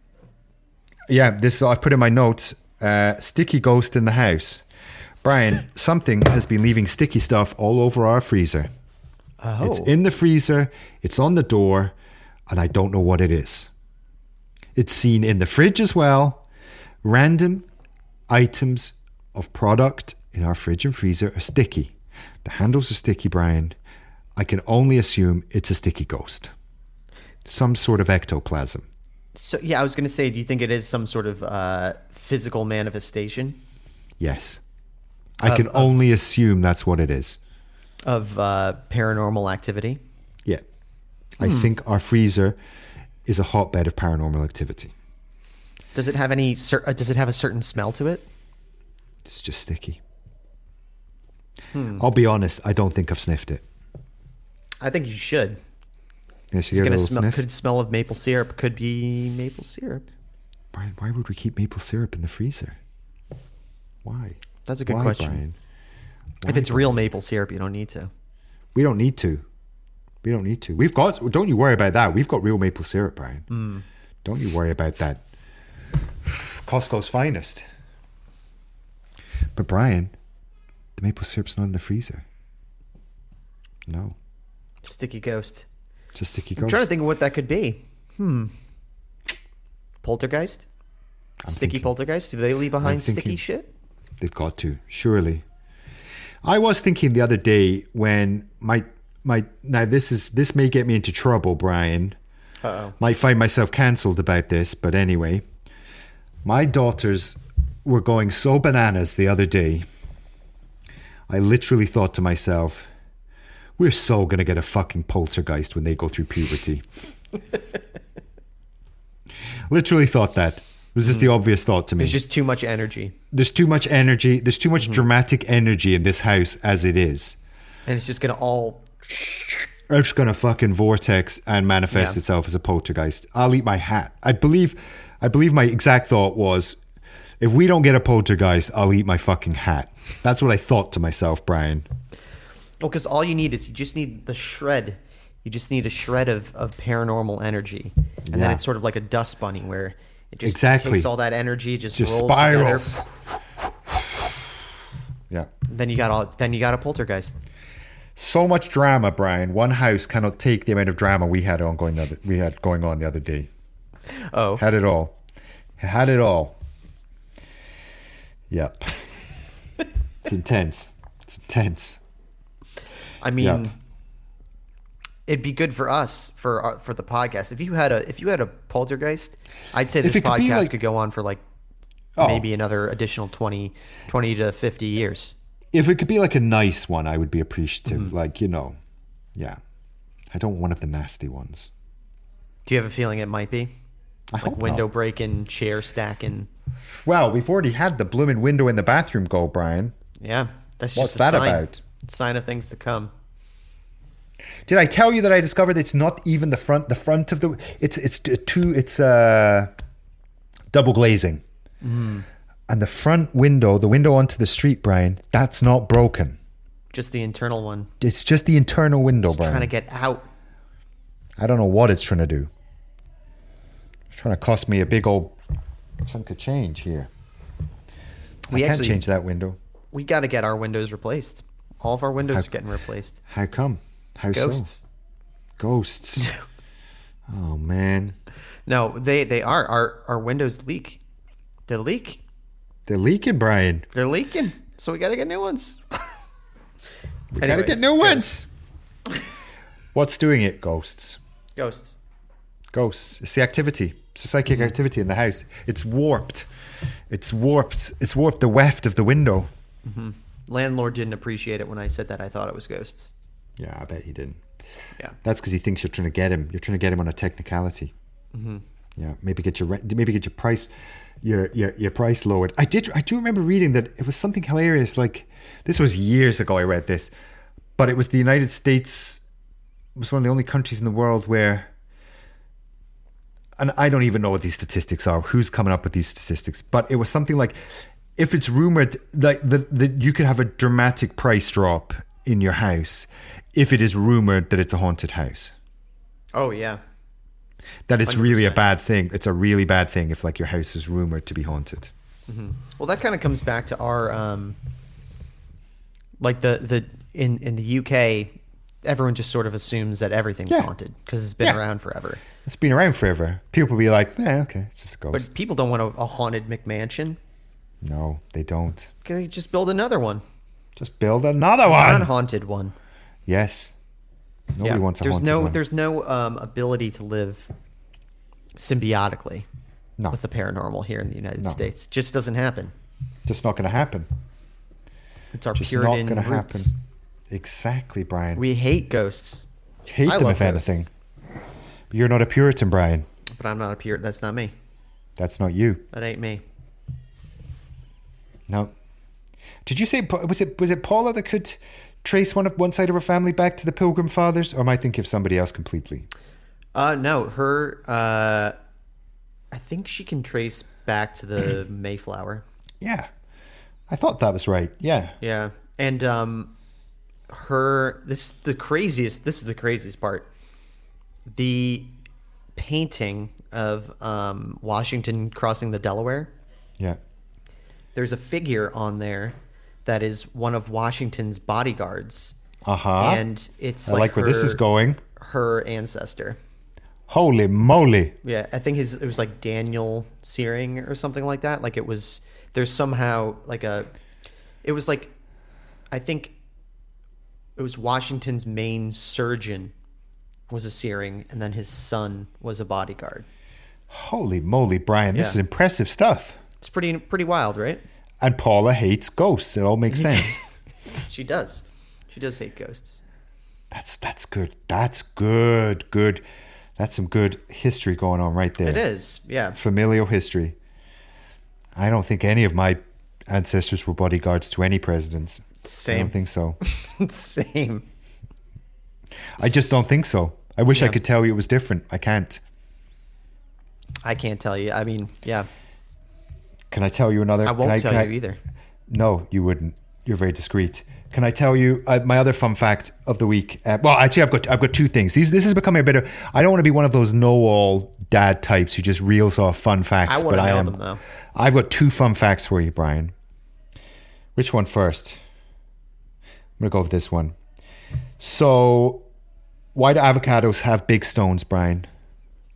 [SPEAKER 2] yeah, this I've put in my notes. Uh, sticky ghost in the house. Brian, something has been leaving sticky stuff all over our freezer.
[SPEAKER 1] oh,
[SPEAKER 2] It's in the freezer, it's on the door, and I don't know what it is. It's seen in the fridge as well. Random items of product in our fridge and freezer are sticky. The handles are sticky, Brian. I can only assume it's a sticky ghost. Some sort of ectoplasm.
[SPEAKER 1] so yeah. I was gonna say, do you think it is some sort of uh, physical manifestation
[SPEAKER 2] Yes. I can only assume that's what it is.
[SPEAKER 1] of uh, paranormal activity?
[SPEAKER 2] Yeah. I think our freezer is a hotbed of paranormal activity.
[SPEAKER 1] Does it have any? Cer- uh, does it have a certain smell to it?
[SPEAKER 2] It's just sticky.
[SPEAKER 1] Hmm.
[SPEAKER 2] I'll be honest, I don't think I've sniffed it.
[SPEAKER 1] I think you should.
[SPEAKER 2] Yeah,
[SPEAKER 1] It's
[SPEAKER 2] she gave it a
[SPEAKER 1] gonna
[SPEAKER 2] little
[SPEAKER 1] smell.
[SPEAKER 2] sniff.
[SPEAKER 1] Could smell of maple syrup. Could be maple syrup.
[SPEAKER 2] Brian, why would we keep maple syrup in the freezer? Why?
[SPEAKER 1] That's a good
[SPEAKER 2] Why,
[SPEAKER 1] question.
[SPEAKER 2] Brian?
[SPEAKER 1] If it's real maple syrup, you don't need to.
[SPEAKER 2] We don't need to. We don't need to. We've got. Don't you worry about that. We've got real maple syrup, Brian.
[SPEAKER 1] Hmm.
[SPEAKER 2] Don't you worry about that. Costco's finest. But Brian, the maple syrup's not in the freezer. No,
[SPEAKER 1] Sticky ghost.
[SPEAKER 2] it's a sticky
[SPEAKER 1] I'm
[SPEAKER 2] ghost.
[SPEAKER 1] trying to think of what that could be. Hmm. Poltergeist? sticky poltergeist? Do they leave behind sticky
[SPEAKER 2] thinking-
[SPEAKER 1] shit?
[SPEAKER 2] They've got to, surely. I was thinking the other day when my my now this is this may get me into trouble, Brian.
[SPEAKER 1] Uh-oh.
[SPEAKER 2] Might find myself cancelled about this, but anyway. My daughters were going so bananas the other day. I literally thought to myself, we're so gonna get a fucking poltergeist when they go through puberty. literally thought that. It was just the obvious thought to me
[SPEAKER 1] There's just too much energy.
[SPEAKER 2] there's too much energy there's too much
[SPEAKER 1] Mm-hmm.
[SPEAKER 2] dramatic energy in this house as it is
[SPEAKER 1] And it's just going to all.
[SPEAKER 2] it's gonna fucking vortex and manifest
[SPEAKER 1] Yeah.
[SPEAKER 2] itself as a poltergeist i'll eat my hat i believe i believe my exact thought was if we don't get a poltergeist i'll eat my fucking hat that's what i thought to myself brian
[SPEAKER 1] Well, because all you need is you just need the shred. You just need a shred of, of paranormal energy. And then
[SPEAKER 2] Yeah.
[SPEAKER 1] it's sort of like a dust bunny where it just
[SPEAKER 2] Exactly.
[SPEAKER 1] takes all that energy, just,
[SPEAKER 2] just
[SPEAKER 1] rolls
[SPEAKER 2] spirals
[SPEAKER 1] together.
[SPEAKER 2] yeah
[SPEAKER 1] Then you got all. Then you got a poltergeist.
[SPEAKER 2] so much drama brian one house cannot take the amount of drama we had on going the other, we had going on the other day
[SPEAKER 1] Oh,
[SPEAKER 2] had it all had it all yep it's intense it's intense
[SPEAKER 1] I mean,
[SPEAKER 2] Yep.
[SPEAKER 1] it'd be good for us for our, for the podcast. If you had a if you had a poltergeist, I'd say this
[SPEAKER 2] it could be
[SPEAKER 1] podcast could,
[SPEAKER 2] like-
[SPEAKER 1] go on for like
[SPEAKER 2] Oh.
[SPEAKER 1] maybe another additional 20, 20 to fifty years.
[SPEAKER 2] if it could be like a nice one, I would be appreciative. Like you know, yeah. I don't want one of the nasty ones.
[SPEAKER 1] Do you have a feeling it might be?
[SPEAKER 2] I
[SPEAKER 1] Like
[SPEAKER 2] hope
[SPEAKER 1] window
[SPEAKER 2] Not.
[SPEAKER 1] breaking, chair stacking.
[SPEAKER 2] Well, we've already had the blooming window in the bathroom go, Brian.
[SPEAKER 1] Yeah. That's
[SPEAKER 2] What's
[SPEAKER 1] just a
[SPEAKER 2] that
[SPEAKER 1] sign,
[SPEAKER 2] about?
[SPEAKER 1] Sign of things to come.
[SPEAKER 2] Did I tell you that I discovered it's not even the front? The front of the it's it's t- two it's uh double glazing,
[SPEAKER 1] Mm.
[SPEAKER 2] and the front window, the window onto the street, Brian. That's not broken.
[SPEAKER 1] Just the internal one.
[SPEAKER 2] It's just the internal window, Brian.
[SPEAKER 1] Trying to get out.
[SPEAKER 2] I don't know what it's trying to do. It's trying to cost me a big old chunk of change here.
[SPEAKER 1] We
[SPEAKER 2] I can't
[SPEAKER 1] actually
[SPEAKER 2] change that window.
[SPEAKER 1] we got to get our windows replaced. All of our windows are getting replaced.
[SPEAKER 2] How come? How so?
[SPEAKER 1] Ghosts.
[SPEAKER 2] Ghosts. oh man,
[SPEAKER 1] No, they they are our our windows leak. They leak.
[SPEAKER 2] they're leaking, Brian.
[SPEAKER 1] They're leaking. So we got to get new ones. we
[SPEAKER 2] Gotta get new ones. What's doing it? Ghosts.
[SPEAKER 1] Ghosts.
[SPEAKER 2] Ghosts. It's the activity. It's the psychic
[SPEAKER 1] Mm-hmm.
[SPEAKER 2] activity in the house. It's warped. It's warped. It's warped the weft of the window.
[SPEAKER 1] Landlord didn't appreciate it when I said that. I thought it was ghosts.
[SPEAKER 2] Yeah, I bet he didn't.
[SPEAKER 1] Yeah.
[SPEAKER 2] That's because he thinks you're trying to get him. You're trying to get him on a technicality. Yeah, maybe get your rent. Maybe get your price, your your your price lowered. I did. I do remember reading that it was something hilarious. Like this was years ago. I read this, but it was the United States was one of the only countries in the world where. And I don't even know what these statistics are. Who's coming up with these statistics? But it was something like, if it's rumored like that that you could have a dramatic price drop in your house, if it is rumored that it's a haunted house
[SPEAKER 1] Oh yeah.
[SPEAKER 2] that it's really a bad thing. It's a really bad thing if like your house is rumored to be haunted.
[SPEAKER 1] Well, that kind of comes back to our um, like the the in in the UK, everyone just sort of assumes that everything's
[SPEAKER 2] Yeah.
[SPEAKER 1] haunted because it's been
[SPEAKER 2] Yeah.
[SPEAKER 1] around forever.
[SPEAKER 2] It's been around forever. People be like, eh, okay, it's just a ghost.
[SPEAKER 1] But people don't want a, a haunted McMansion.
[SPEAKER 2] no, they don't.
[SPEAKER 1] Can they just build another one?
[SPEAKER 2] Just build another
[SPEAKER 1] Not
[SPEAKER 2] one.
[SPEAKER 1] haunted one.
[SPEAKER 2] yes. Nobody wants a
[SPEAKER 1] there's
[SPEAKER 2] haunted
[SPEAKER 1] no
[SPEAKER 2] one.
[SPEAKER 1] there's no um, ability to live symbiotically
[SPEAKER 2] No.
[SPEAKER 1] with the paranormal here in the United
[SPEAKER 2] No.
[SPEAKER 1] States. Just doesn't happen.
[SPEAKER 2] Just not going to happen.
[SPEAKER 1] It's our
[SPEAKER 2] Just
[SPEAKER 1] Puritan
[SPEAKER 2] not going to happen.
[SPEAKER 1] roots.
[SPEAKER 2] Exactly, Brian. We
[SPEAKER 1] We hate ghosts,
[SPEAKER 2] hate
[SPEAKER 1] I
[SPEAKER 2] them
[SPEAKER 1] love
[SPEAKER 2] if
[SPEAKER 1] ghosts.
[SPEAKER 2] anything. You're not a Puritan, Brian.
[SPEAKER 1] but I'm not a Puritan. That's not me.
[SPEAKER 2] That's not you.
[SPEAKER 1] That ain't me.
[SPEAKER 2] No. Did you say Pa- was it was it Paula that could trace one of one side of her family back to the Pilgrim Fathers, or am I thinking of somebody else completely?
[SPEAKER 1] Uh, no, her. Uh, I think she can trace back to the Mayflower.
[SPEAKER 2] Yeah. I thought that was right. Yeah.
[SPEAKER 1] Yeah, and um, her. This the craziest. This is the craziest part. The painting of um, Washington crossing the Delaware.
[SPEAKER 2] Yeah.
[SPEAKER 1] There's a figure on there that is one of Washington's bodyguards,
[SPEAKER 2] Uh-huh.
[SPEAKER 1] and it's
[SPEAKER 2] I like, where this is
[SPEAKER 1] her-
[SPEAKER 2] going.
[SPEAKER 1] Her ancestor.
[SPEAKER 2] Holy moly.
[SPEAKER 1] Yeah, I think his it was like Daniel Searing or something like that. Like it was there's somehow like a it was like I think it was Washington's main surgeon was a Searing and then his son was a bodyguard.
[SPEAKER 2] Holy moly, Brian. This
[SPEAKER 1] Yeah.
[SPEAKER 2] is impressive stuff.
[SPEAKER 1] It's pretty pretty wild, right?
[SPEAKER 2] And Paula hates ghosts. It all makes sense.
[SPEAKER 1] She does. She does hate ghosts.
[SPEAKER 2] that's that's good. That's good. Good. That's some good history going on right there.
[SPEAKER 1] It is. Yeah.
[SPEAKER 2] Familial history. I don't think any of my ancestors were bodyguards to any presidents. I
[SPEAKER 1] Same.
[SPEAKER 2] don't think so.
[SPEAKER 1] Same.
[SPEAKER 2] I just don't think so. I wish I could tell you it was different. I can't.
[SPEAKER 1] I can't tell you. I mean, yeah.
[SPEAKER 2] Can I tell you another?
[SPEAKER 1] I won't
[SPEAKER 2] can
[SPEAKER 1] tell
[SPEAKER 2] can
[SPEAKER 1] you either.
[SPEAKER 2] No, you wouldn't. You're very discreet. Can I tell you uh, my other fun fact of the week? Uh, well, actually, I've got I've got two things. These this is becoming a bit of. I don't want to be one of those know-all dad types who just reels off fun facts.
[SPEAKER 1] I
[SPEAKER 2] but
[SPEAKER 1] wanna
[SPEAKER 2] I
[SPEAKER 1] know
[SPEAKER 2] am.
[SPEAKER 1] them, though.
[SPEAKER 2] I've got two fun facts for you, Brian. Which one first? I'm gonna go with this one. So, why do avocados have big stones, Brian?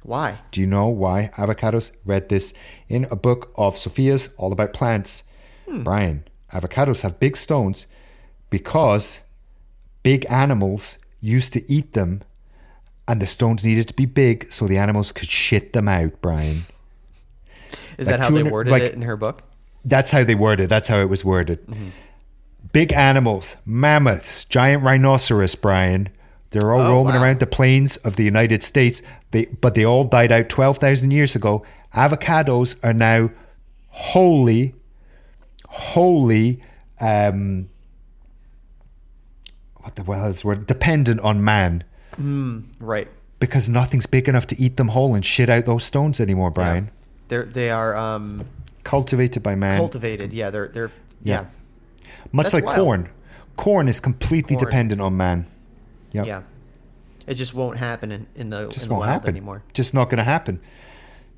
[SPEAKER 1] Why?
[SPEAKER 2] Do you know why avocados? Read this in a book of Sophia's all about plants. Brian, avocados have big stones because big animals used to eat them and the stones needed to be big so the animals could shit them out, Brian.
[SPEAKER 1] Is
[SPEAKER 2] Like
[SPEAKER 1] that how they
[SPEAKER 2] 200
[SPEAKER 1] worded
[SPEAKER 2] like-
[SPEAKER 1] it in her book?
[SPEAKER 2] That's how they worded. That's how it was worded. Big animals, mammoths, giant rhinoceros, Brian. They're all roaming around the plains of the United States. They, but they all died out 12,000 years ago. Avocados are now wholly, wholly, um, what the well is word? Dependent on man
[SPEAKER 1] Right.
[SPEAKER 2] because nothing's big enough to eat them whole and shit out those stones anymore, Brian.
[SPEAKER 1] They're they are um,
[SPEAKER 2] Cultivated by man.
[SPEAKER 1] cultivated. Yeah, they're they're yeah.
[SPEAKER 2] Much
[SPEAKER 1] That's
[SPEAKER 2] like
[SPEAKER 1] wild.
[SPEAKER 2] corn. Corn is completely
[SPEAKER 1] Corn.
[SPEAKER 2] dependent on man. Yep.
[SPEAKER 1] Yeah. It just won't happen in, in the
[SPEAKER 2] Just
[SPEAKER 1] in the
[SPEAKER 2] won't
[SPEAKER 1] wild
[SPEAKER 2] happen.
[SPEAKER 1] anymore.
[SPEAKER 2] Just not going to happen.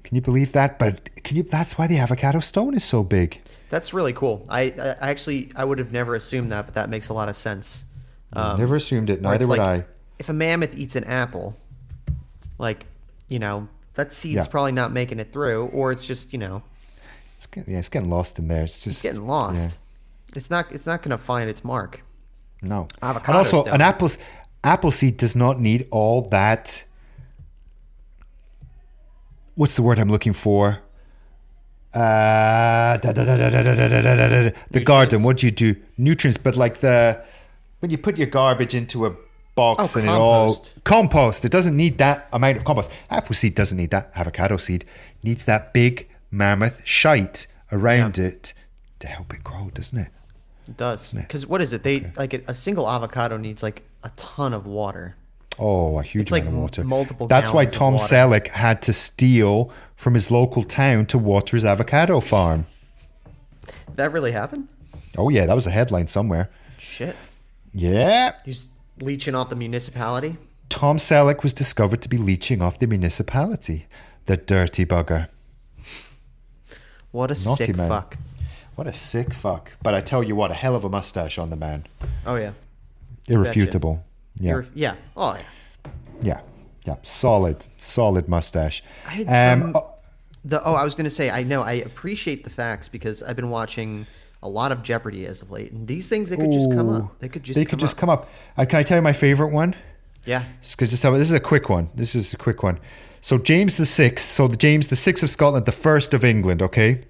[SPEAKER 2] Can you believe that? But can you? That's why the avocado stone is so big.
[SPEAKER 1] That's really cool. I, I actually I would have never assumed that, but that makes a lot of sense. Um,
[SPEAKER 2] Never assumed it.
[SPEAKER 1] where it's
[SPEAKER 2] Neither would
[SPEAKER 1] like,
[SPEAKER 2] I.
[SPEAKER 1] If a mammoth eats an apple, like you know that seed's
[SPEAKER 2] Yeah.
[SPEAKER 1] probably not making it through, or it's just you know
[SPEAKER 2] It's get- yeah, it's getting lost in there. It's just
[SPEAKER 1] getting lost. It's not it's not going to find its mark.
[SPEAKER 2] yeah, no. and
[SPEAKER 1] Avocado
[SPEAKER 2] also,
[SPEAKER 1] stone.
[SPEAKER 2] an apple apple seed does not need all that. What's the word I'm looking for? Uh, da- da- da- da- da- da- da- da- da- da- da- the garden. What do you do? Nutrients, but like the when you put your garbage into a box
[SPEAKER 1] Oh,
[SPEAKER 2] and it all
[SPEAKER 1] compost.
[SPEAKER 2] compost. It doesn't need that amount of compost. Apple seed doesn't need that. Avocado seed needs that big mammoth shite around it to help it grow, doesn't it?
[SPEAKER 1] It does because what is it? They like a, a single avocado needs like a ton of water.
[SPEAKER 2] Oh, a huge
[SPEAKER 1] It's like
[SPEAKER 2] amount of water.
[SPEAKER 1] m- multiple
[SPEAKER 2] That's why
[SPEAKER 1] gallons of
[SPEAKER 2] Tom
[SPEAKER 1] water.
[SPEAKER 2] Selleck had to steal from his local town to water his avocado farm.
[SPEAKER 1] That really happened?
[SPEAKER 2] Oh yeah, that was a headline somewhere.
[SPEAKER 1] Shit,
[SPEAKER 2] Yeah.
[SPEAKER 1] you s- leeching off the municipality?
[SPEAKER 2] Tom Selleck was discovered to be leeching off the municipality. The dirty bugger.
[SPEAKER 1] What a
[SPEAKER 2] Naughty
[SPEAKER 1] sick
[SPEAKER 2] man.
[SPEAKER 1] fuck!
[SPEAKER 2] What a sick fuck. But I tell you what, a hell of a mustache on the man.
[SPEAKER 1] Oh yeah,
[SPEAKER 2] Irrefutable. Yeah.
[SPEAKER 1] You're- yeah. Oh, yeah.
[SPEAKER 2] yeah. Yeah. Solid. Solid mustache.
[SPEAKER 1] I had
[SPEAKER 2] Um,
[SPEAKER 1] some. The oh, I was gonna say I know I appreciate the facts because I've been watching a lot of Jeopardy as of late, and these things they could just come
[SPEAKER 2] ooh,
[SPEAKER 1] up. They could just
[SPEAKER 2] oh, they
[SPEAKER 1] come
[SPEAKER 2] could just
[SPEAKER 1] up.
[SPEAKER 2] come up. Uh, can I tell you my favorite one?
[SPEAKER 1] yeah.
[SPEAKER 2] Just 'cause- just tell me- this is a quick one. This is a quick one. So James the Sixth, so the James the Sixth of Scotland, the first of England. Okay.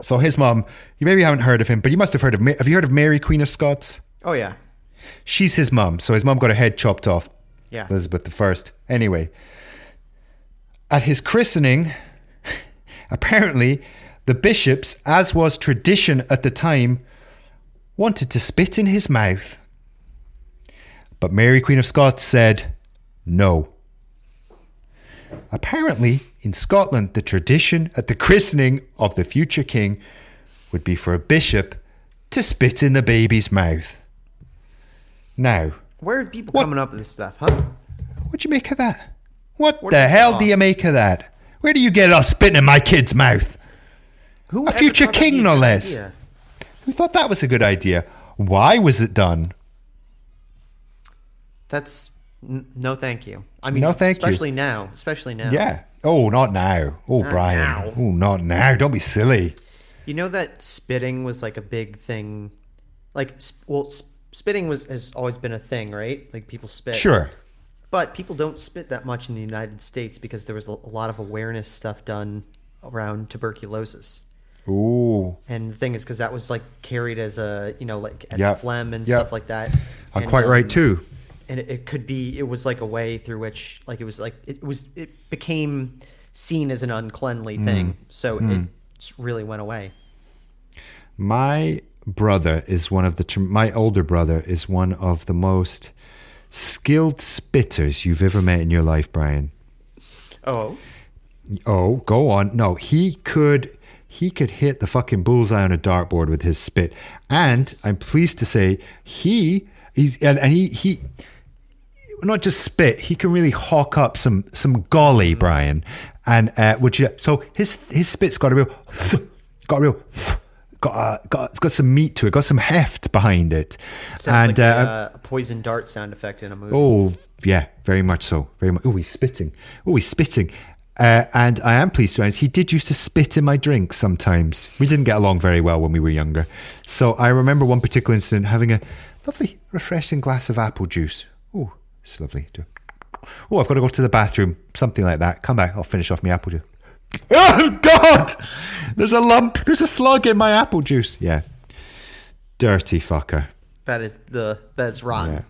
[SPEAKER 2] So his mom, you maybe haven't heard of him, but you must have heard of. Ma- Have you heard of Mary, Queen of Scots?
[SPEAKER 1] Oh yeah.
[SPEAKER 2] She's his mum, so his mum got her head chopped off.
[SPEAKER 1] Yeah.
[SPEAKER 2] Elizabeth the First. Anyway, at his christening, apparently, the bishops, as was tradition at the time, wanted to spit in his mouth. But Mary, Queen of Scots, said no. Apparently, in Scotland, the tradition at the christening of the future king would be for a bishop to spit in the baby's mouth. Now,
[SPEAKER 1] Where are people
[SPEAKER 2] What?
[SPEAKER 1] coming up with this stuff, huh?
[SPEAKER 2] what do you make of that? What,
[SPEAKER 1] What
[SPEAKER 2] the
[SPEAKER 1] is
[SPEAKER 2] hell
[SPEAKER 1] that?
[SPEAKER 2] do you make of that? Where do you get us spitting in my kid's mouth?
[SPEAKER 1] Who
[SPEAKER 2] A
[SPEAKER 1] ever
[SPEAKER 2] future
[SPEAKER 1] thought that
[SPEAKER 2] king,
[SPEAKER 1] was
[SPEAKER 2] no
[SPEAKER 1] a good
[SPEAKER 2] less.
[SPEAKER 1] idea?
[SPEAKER 2] Who thought that was a good idea? Why was it done?
[SPEAKER 1] That's n- no, thank you. I mean,
[SPEAKER 2] No, thank you.
[SPEAKER 1] especially now, especially now.
[SPEAKER 2] Yeah. Oh, not now. Oh, Brian.
[SPEAKER 1] now.
[SPEAKER 2] Oh, not now. Don't be silly.
[SPEAKER 1] You know that spitting was like a big thing. Like, sp- well, sp- spitting was has always been a thing, right? Like people spit.
[SPEAKER 2] Sure.
[SPEAKER 1] But people don't spit that much in the United States because there was a a lot of awareness stuff done around tuberculosis.
[SPEAKER 2] Ooh.
[SPEAKER 1] And the thing is, because that was like carried as a, you know, like as
[SPEAKER 2] Yep.
[SPEAKER 1] phlegm and
[SPEAKER 2] Yep.
[SPEAKER 1] stuff like that.
[SPEAKER 2] I'm
[SPEAKER 1] And,
[SPEAKER 2] quite
[SPEAKER 1] um,
[SPEAKER 2] right, too.
[SPEAKER 1] And it, it could be, it was like a way through which, like, it was like, it was, it became seen as an uncleanly
[SPEAKER 2] Mm.
[SPEAKER 1] thing. So it s- really went away.
[SPEAKER 2] My brother is one of the, tr- my older brother is one of the most skilled spitters you've ever met in your life, Brian.
[SPEAKER 1] Oh.
[SPEAKER 2] Oh, go on. No, he could he could hit the fucking bullseye on a dartboard with his spit. And I'm pleased to say he he's and, and he he not just spit, he can really hawk up some some golly, Brian. And uh which so his his spit's got a real got a real got a, got it's got some meat to it, got some heft behind it.
[SPEAKER 1] Sounds
[SPEAKER 2] and
[SPEAKER 1] like
[SPEAKER 2] uh,
[SPEAKER 1] a, a poison dart sound effect in a movie.
[SPEAKER 2] Oh, yeah, very much so. Very much. Oh, he's spitting. Oh, he's spitting. Uh, and I am pleased to announce he did used to spit in my drink sometimes. We didn't get along very well when we were younger. So I remember one particular incident having a lovely, refreshing glass of apple juice. Oh, it's lovely. Oh, I've got to go to the bathroom, something like that. Come back, I'll finish off my apple juice. Oh, God! There's a lump, there's a slug in my apple juice. Yeah. Dirty fucker.
[SPEAKER 1] That is the that's rotten.
[SPEAKER 2] Yeah.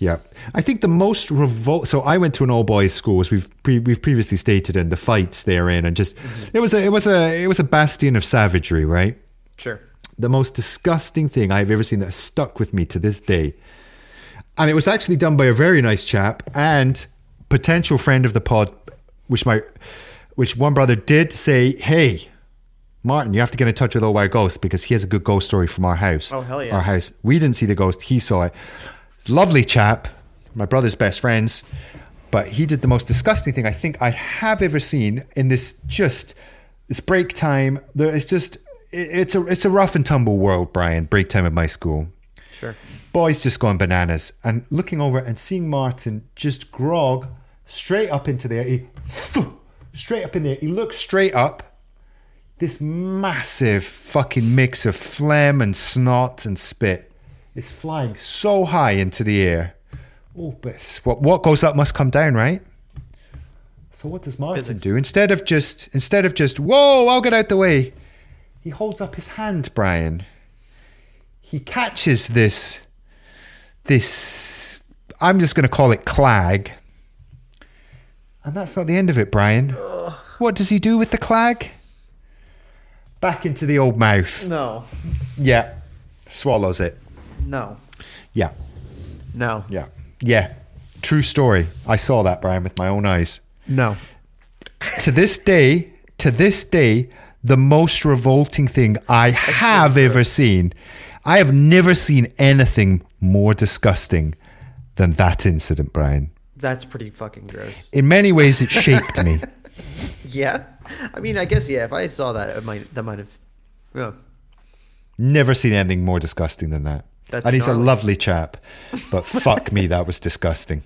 [SPEAKER 2] Yeah, I think the most revolt. So I went to an all boys school, as we've pre- we've previously stated, and the fights therein, and just it was a it was a it was a bastion of savagery, right?
[SPEAKER 1] Sure.
[SPEAKER 2] The most disgusting thing I've ever seen that has stuck with me to this day, and it was actually done by a very nice chap and potential friend of the pod, which my which one brother did say, hey. Martin, you have to get in touch with Old Wild Ghost because he has a good ghost story from our house.
[SPEAKER 1] Oh, hell yeah.
[SPEAKER 2] Our house. We didn't see the ghost, he saw it lovely chap, my brother's best friends, but he did the most disgusting thing I think I have ever seen in this just this break time. There, it's just it- it's a it's a rough and tumble world, Brian. Break time at my school,
[SPEAKER 1] Sure.
[SPEAKER 2] boys just going bananas, and looking over and seeing Martin just grog straight up into the air. He straight up in the air. He looks straight up. This massive fucking mix of phlegm and snot and spit is flying so high into the air. Oh, but it's- what what goes up must come down, right? So what does Martin
[SPEAKER 1] Physics.
[SPEAKER 2] do? Instead of just instead of just whoa, I'll get out the way. He holds up his hand, Brian. He catches this this I'm just going to call it clag. And that's not the end of it, Brian. What does he do with the clag? Back into the old mouth.
[SPEAKER 1] No.
[SPEAKER 2] Yeah. Swallows it.
[SPEAKER 1] No.
[SPEAKER 2] Yeah.
[SPEAKER 1] No.
[SPEAKER 2] Yeah. Yeah. True story. I saw that, Brian, with my own eyes.
[SPEAKER 1] No.
[SPEAKER 2] to this day, to this day, the most revolting thing I have ever seen. I have never seen anything more disgusting than that incident, Brian.
[SPEAKER 1] That's pretty fucking gross.
[SPEAKER 2] In many ways, it shaped me.
[SPEAKER 1] Yeah. I mean, I guess yeah. If I saw that, it might that might have. oh, Yeah.
[SPEAKER 2] Never seen anything more disgusting than that.
[SPEAKER 1] That's
[SPEAKER 2] and he's
[SPEAKER 1] gnarly.
[SPEAKER 2] a lovely chap, but fuck me, that was disgusting.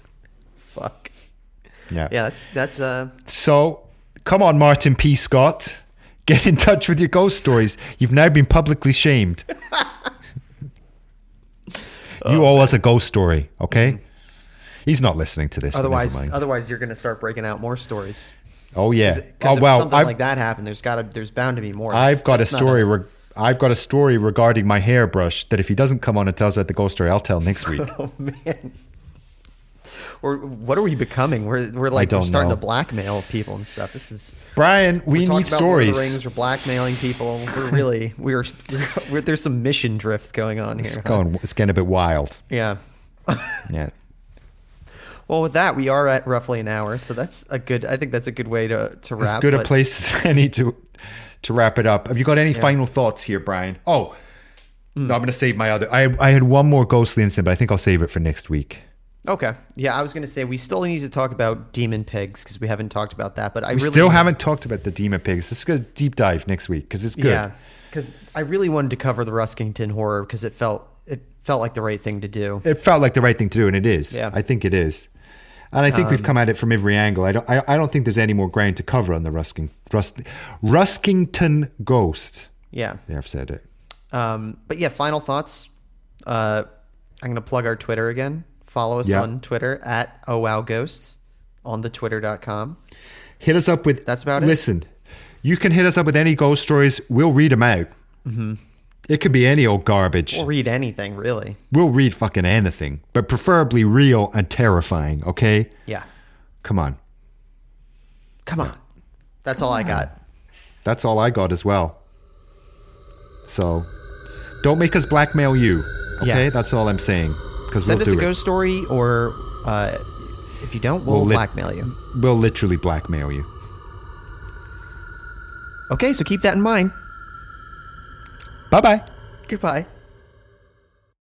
[SPEAKER 1] Fuck.
[SPEAKER 2] Yeah.
[SPEAKER 1] Yeah. That's that's uh.
[SPEAKER 2] So, come on, Martin P. Scott, get in touch with your ghost stories. You've now been publicly shamed.
[SPEAKER 1] Oh,
[SPEAKER 2] you owe us a ghost story, okay? He's not listening to this.
[SPEAKER 1] Mm.
[SPEAKER 2] but
[SPEAKER 1] Otherwise,
[SPEAKER 2] never mind.
[SPEAKER 1] otherwise you're gonna start breaking out more stories.
[SPEAKER 2] oh yeah.
[SPEAKER 1] Because
[SPEAKER 2] Oh
[SPEAKER 1] if
[SPEAKER 2] well,
[SPEAKER 1] something
[SPEAKER 2] I've,
[SPEAKER 1] like that happened, there's gotta there's bound to be more.
[SPEAKER 2] I've
[SPEAKER 1] That's-
[SPEAKER 2] got a
[SPEAKER 1] that's not
[SPEAKER 2] story. Re- I've got a story regarding my hairbrush that if he doesn't come on and tell us about the ghost story, I'll tell next week.
[SPEAKER 1] Oh man. Or what are we becoming? We're we're like we're
[SPEAKER 2] don't
[SPEAKER 1] starting
[SPEAKER 2] know.
[SPEAKER 1] to blackmail people and stuff. This is
[SPEAKER 2] Brian, we
[SPEAKER 1] we're talking
[SPEAKER 2] need
[SPEAKER 1] about Lord of the
[SPEAKER 2] stories.
[SPEAKER 1] Rings, we're blackmailing people. We're really we're, we're there's some mission drift going on here.
[SPEAKER 2] It's
[SPEAKER 1] huh?
[SPEAKER 2] going. It's getting a bit wild.
[SPEAKER 1] Yeah.
[SPEAKER 2] Yeah.
[SPEAKER 1] Well, with that, we are at roughly an hour, so that's a good. I think that's a good way to to wrap.
[SPEAKER 2] as good a
[SPEAKER 1] but-
[SPEAKER 2] place as any to to wrap it up. Have you got any final thoughts here, Brian? Oh,
[SPEAKER 1] Hmm.
[SPEAKER 2] no, I'm going to save my other. I I had one more ghostly incident, but I think I'll save it for next week.
[SPEAKER 1] Okay. Yeah, I was gonna say we still need to talk about demon pigs because we haven't talked about that. But I
[SPEAKER 2] We
[SPEAKER 1] really
[SPEAKER 2] still haven't talked about the demon pigs. This is a deep dive next week because it's good.
[SPEAKER 1] Yeah, because I really wanted to cover the Ruskington horror because it felt it felt like the right thing to do.
[SPEAKER 2] It felt like the right thing to do, and it is.
[SPEAKER 1] Yeah. Um,
[SPEAKER 2] I think it is. And I think we've come at it from every angle. I don't. I, I don't think there's any more ground to cover on the Rusking, Rust, Ruskington ghost.
[SPEAKER 1] Yeah.
[SPEAKER 2] There, I've said it.
[SPEAKER 1] Um, but yeah, final thoughts. Uh, I'm gonna plug our Twitter again. Follow us
[SPEAKER 2] Yeah.
[SPEAKER 1] on Twitter at owowghosts on the twitter.com.
[SPEAKER 2] hit us up with
[SPEAKER 1] That's about it.
[SPEAKER 2] listen you can hit us up with any ghost stories we'll read them out
[SPEAKER 1] Mm-hmm.
[SPEAKER 2] it could be any old garbage
[SPEAKER 1] We'll read anything really.
[SPEAKER 2] we'll read fucking anything but preferably real and terrifying okay
[SPEAKER 1] Yeah.
[SPEAKER 2] come on
[SPEAKER 1] Come on. That's all I got.
[SPEAKER 2] that's all i got as well so don't make us blackmail you okay
[SPEAKER 1] Yeah.
[SPEAKER 2] that's all i'm saying because we'll
[SPEAKER 1] Send
[SPEAKER 2] do
[SPEAKER 1] us a
[SPEAKER 2] it
[SPEAKER 1] ghost story or uh, if you don't, we'll,
[SPEAKER 2] We'll lit-
[SPEAKER 1] blackmail you.
[SPEAKER 2] we'll literally blackmail you
[SPEAKER 1] Okay, so keep that in mind.
[SPEAKER 2] bye-bye
[SPEAKER 1] Goodbye.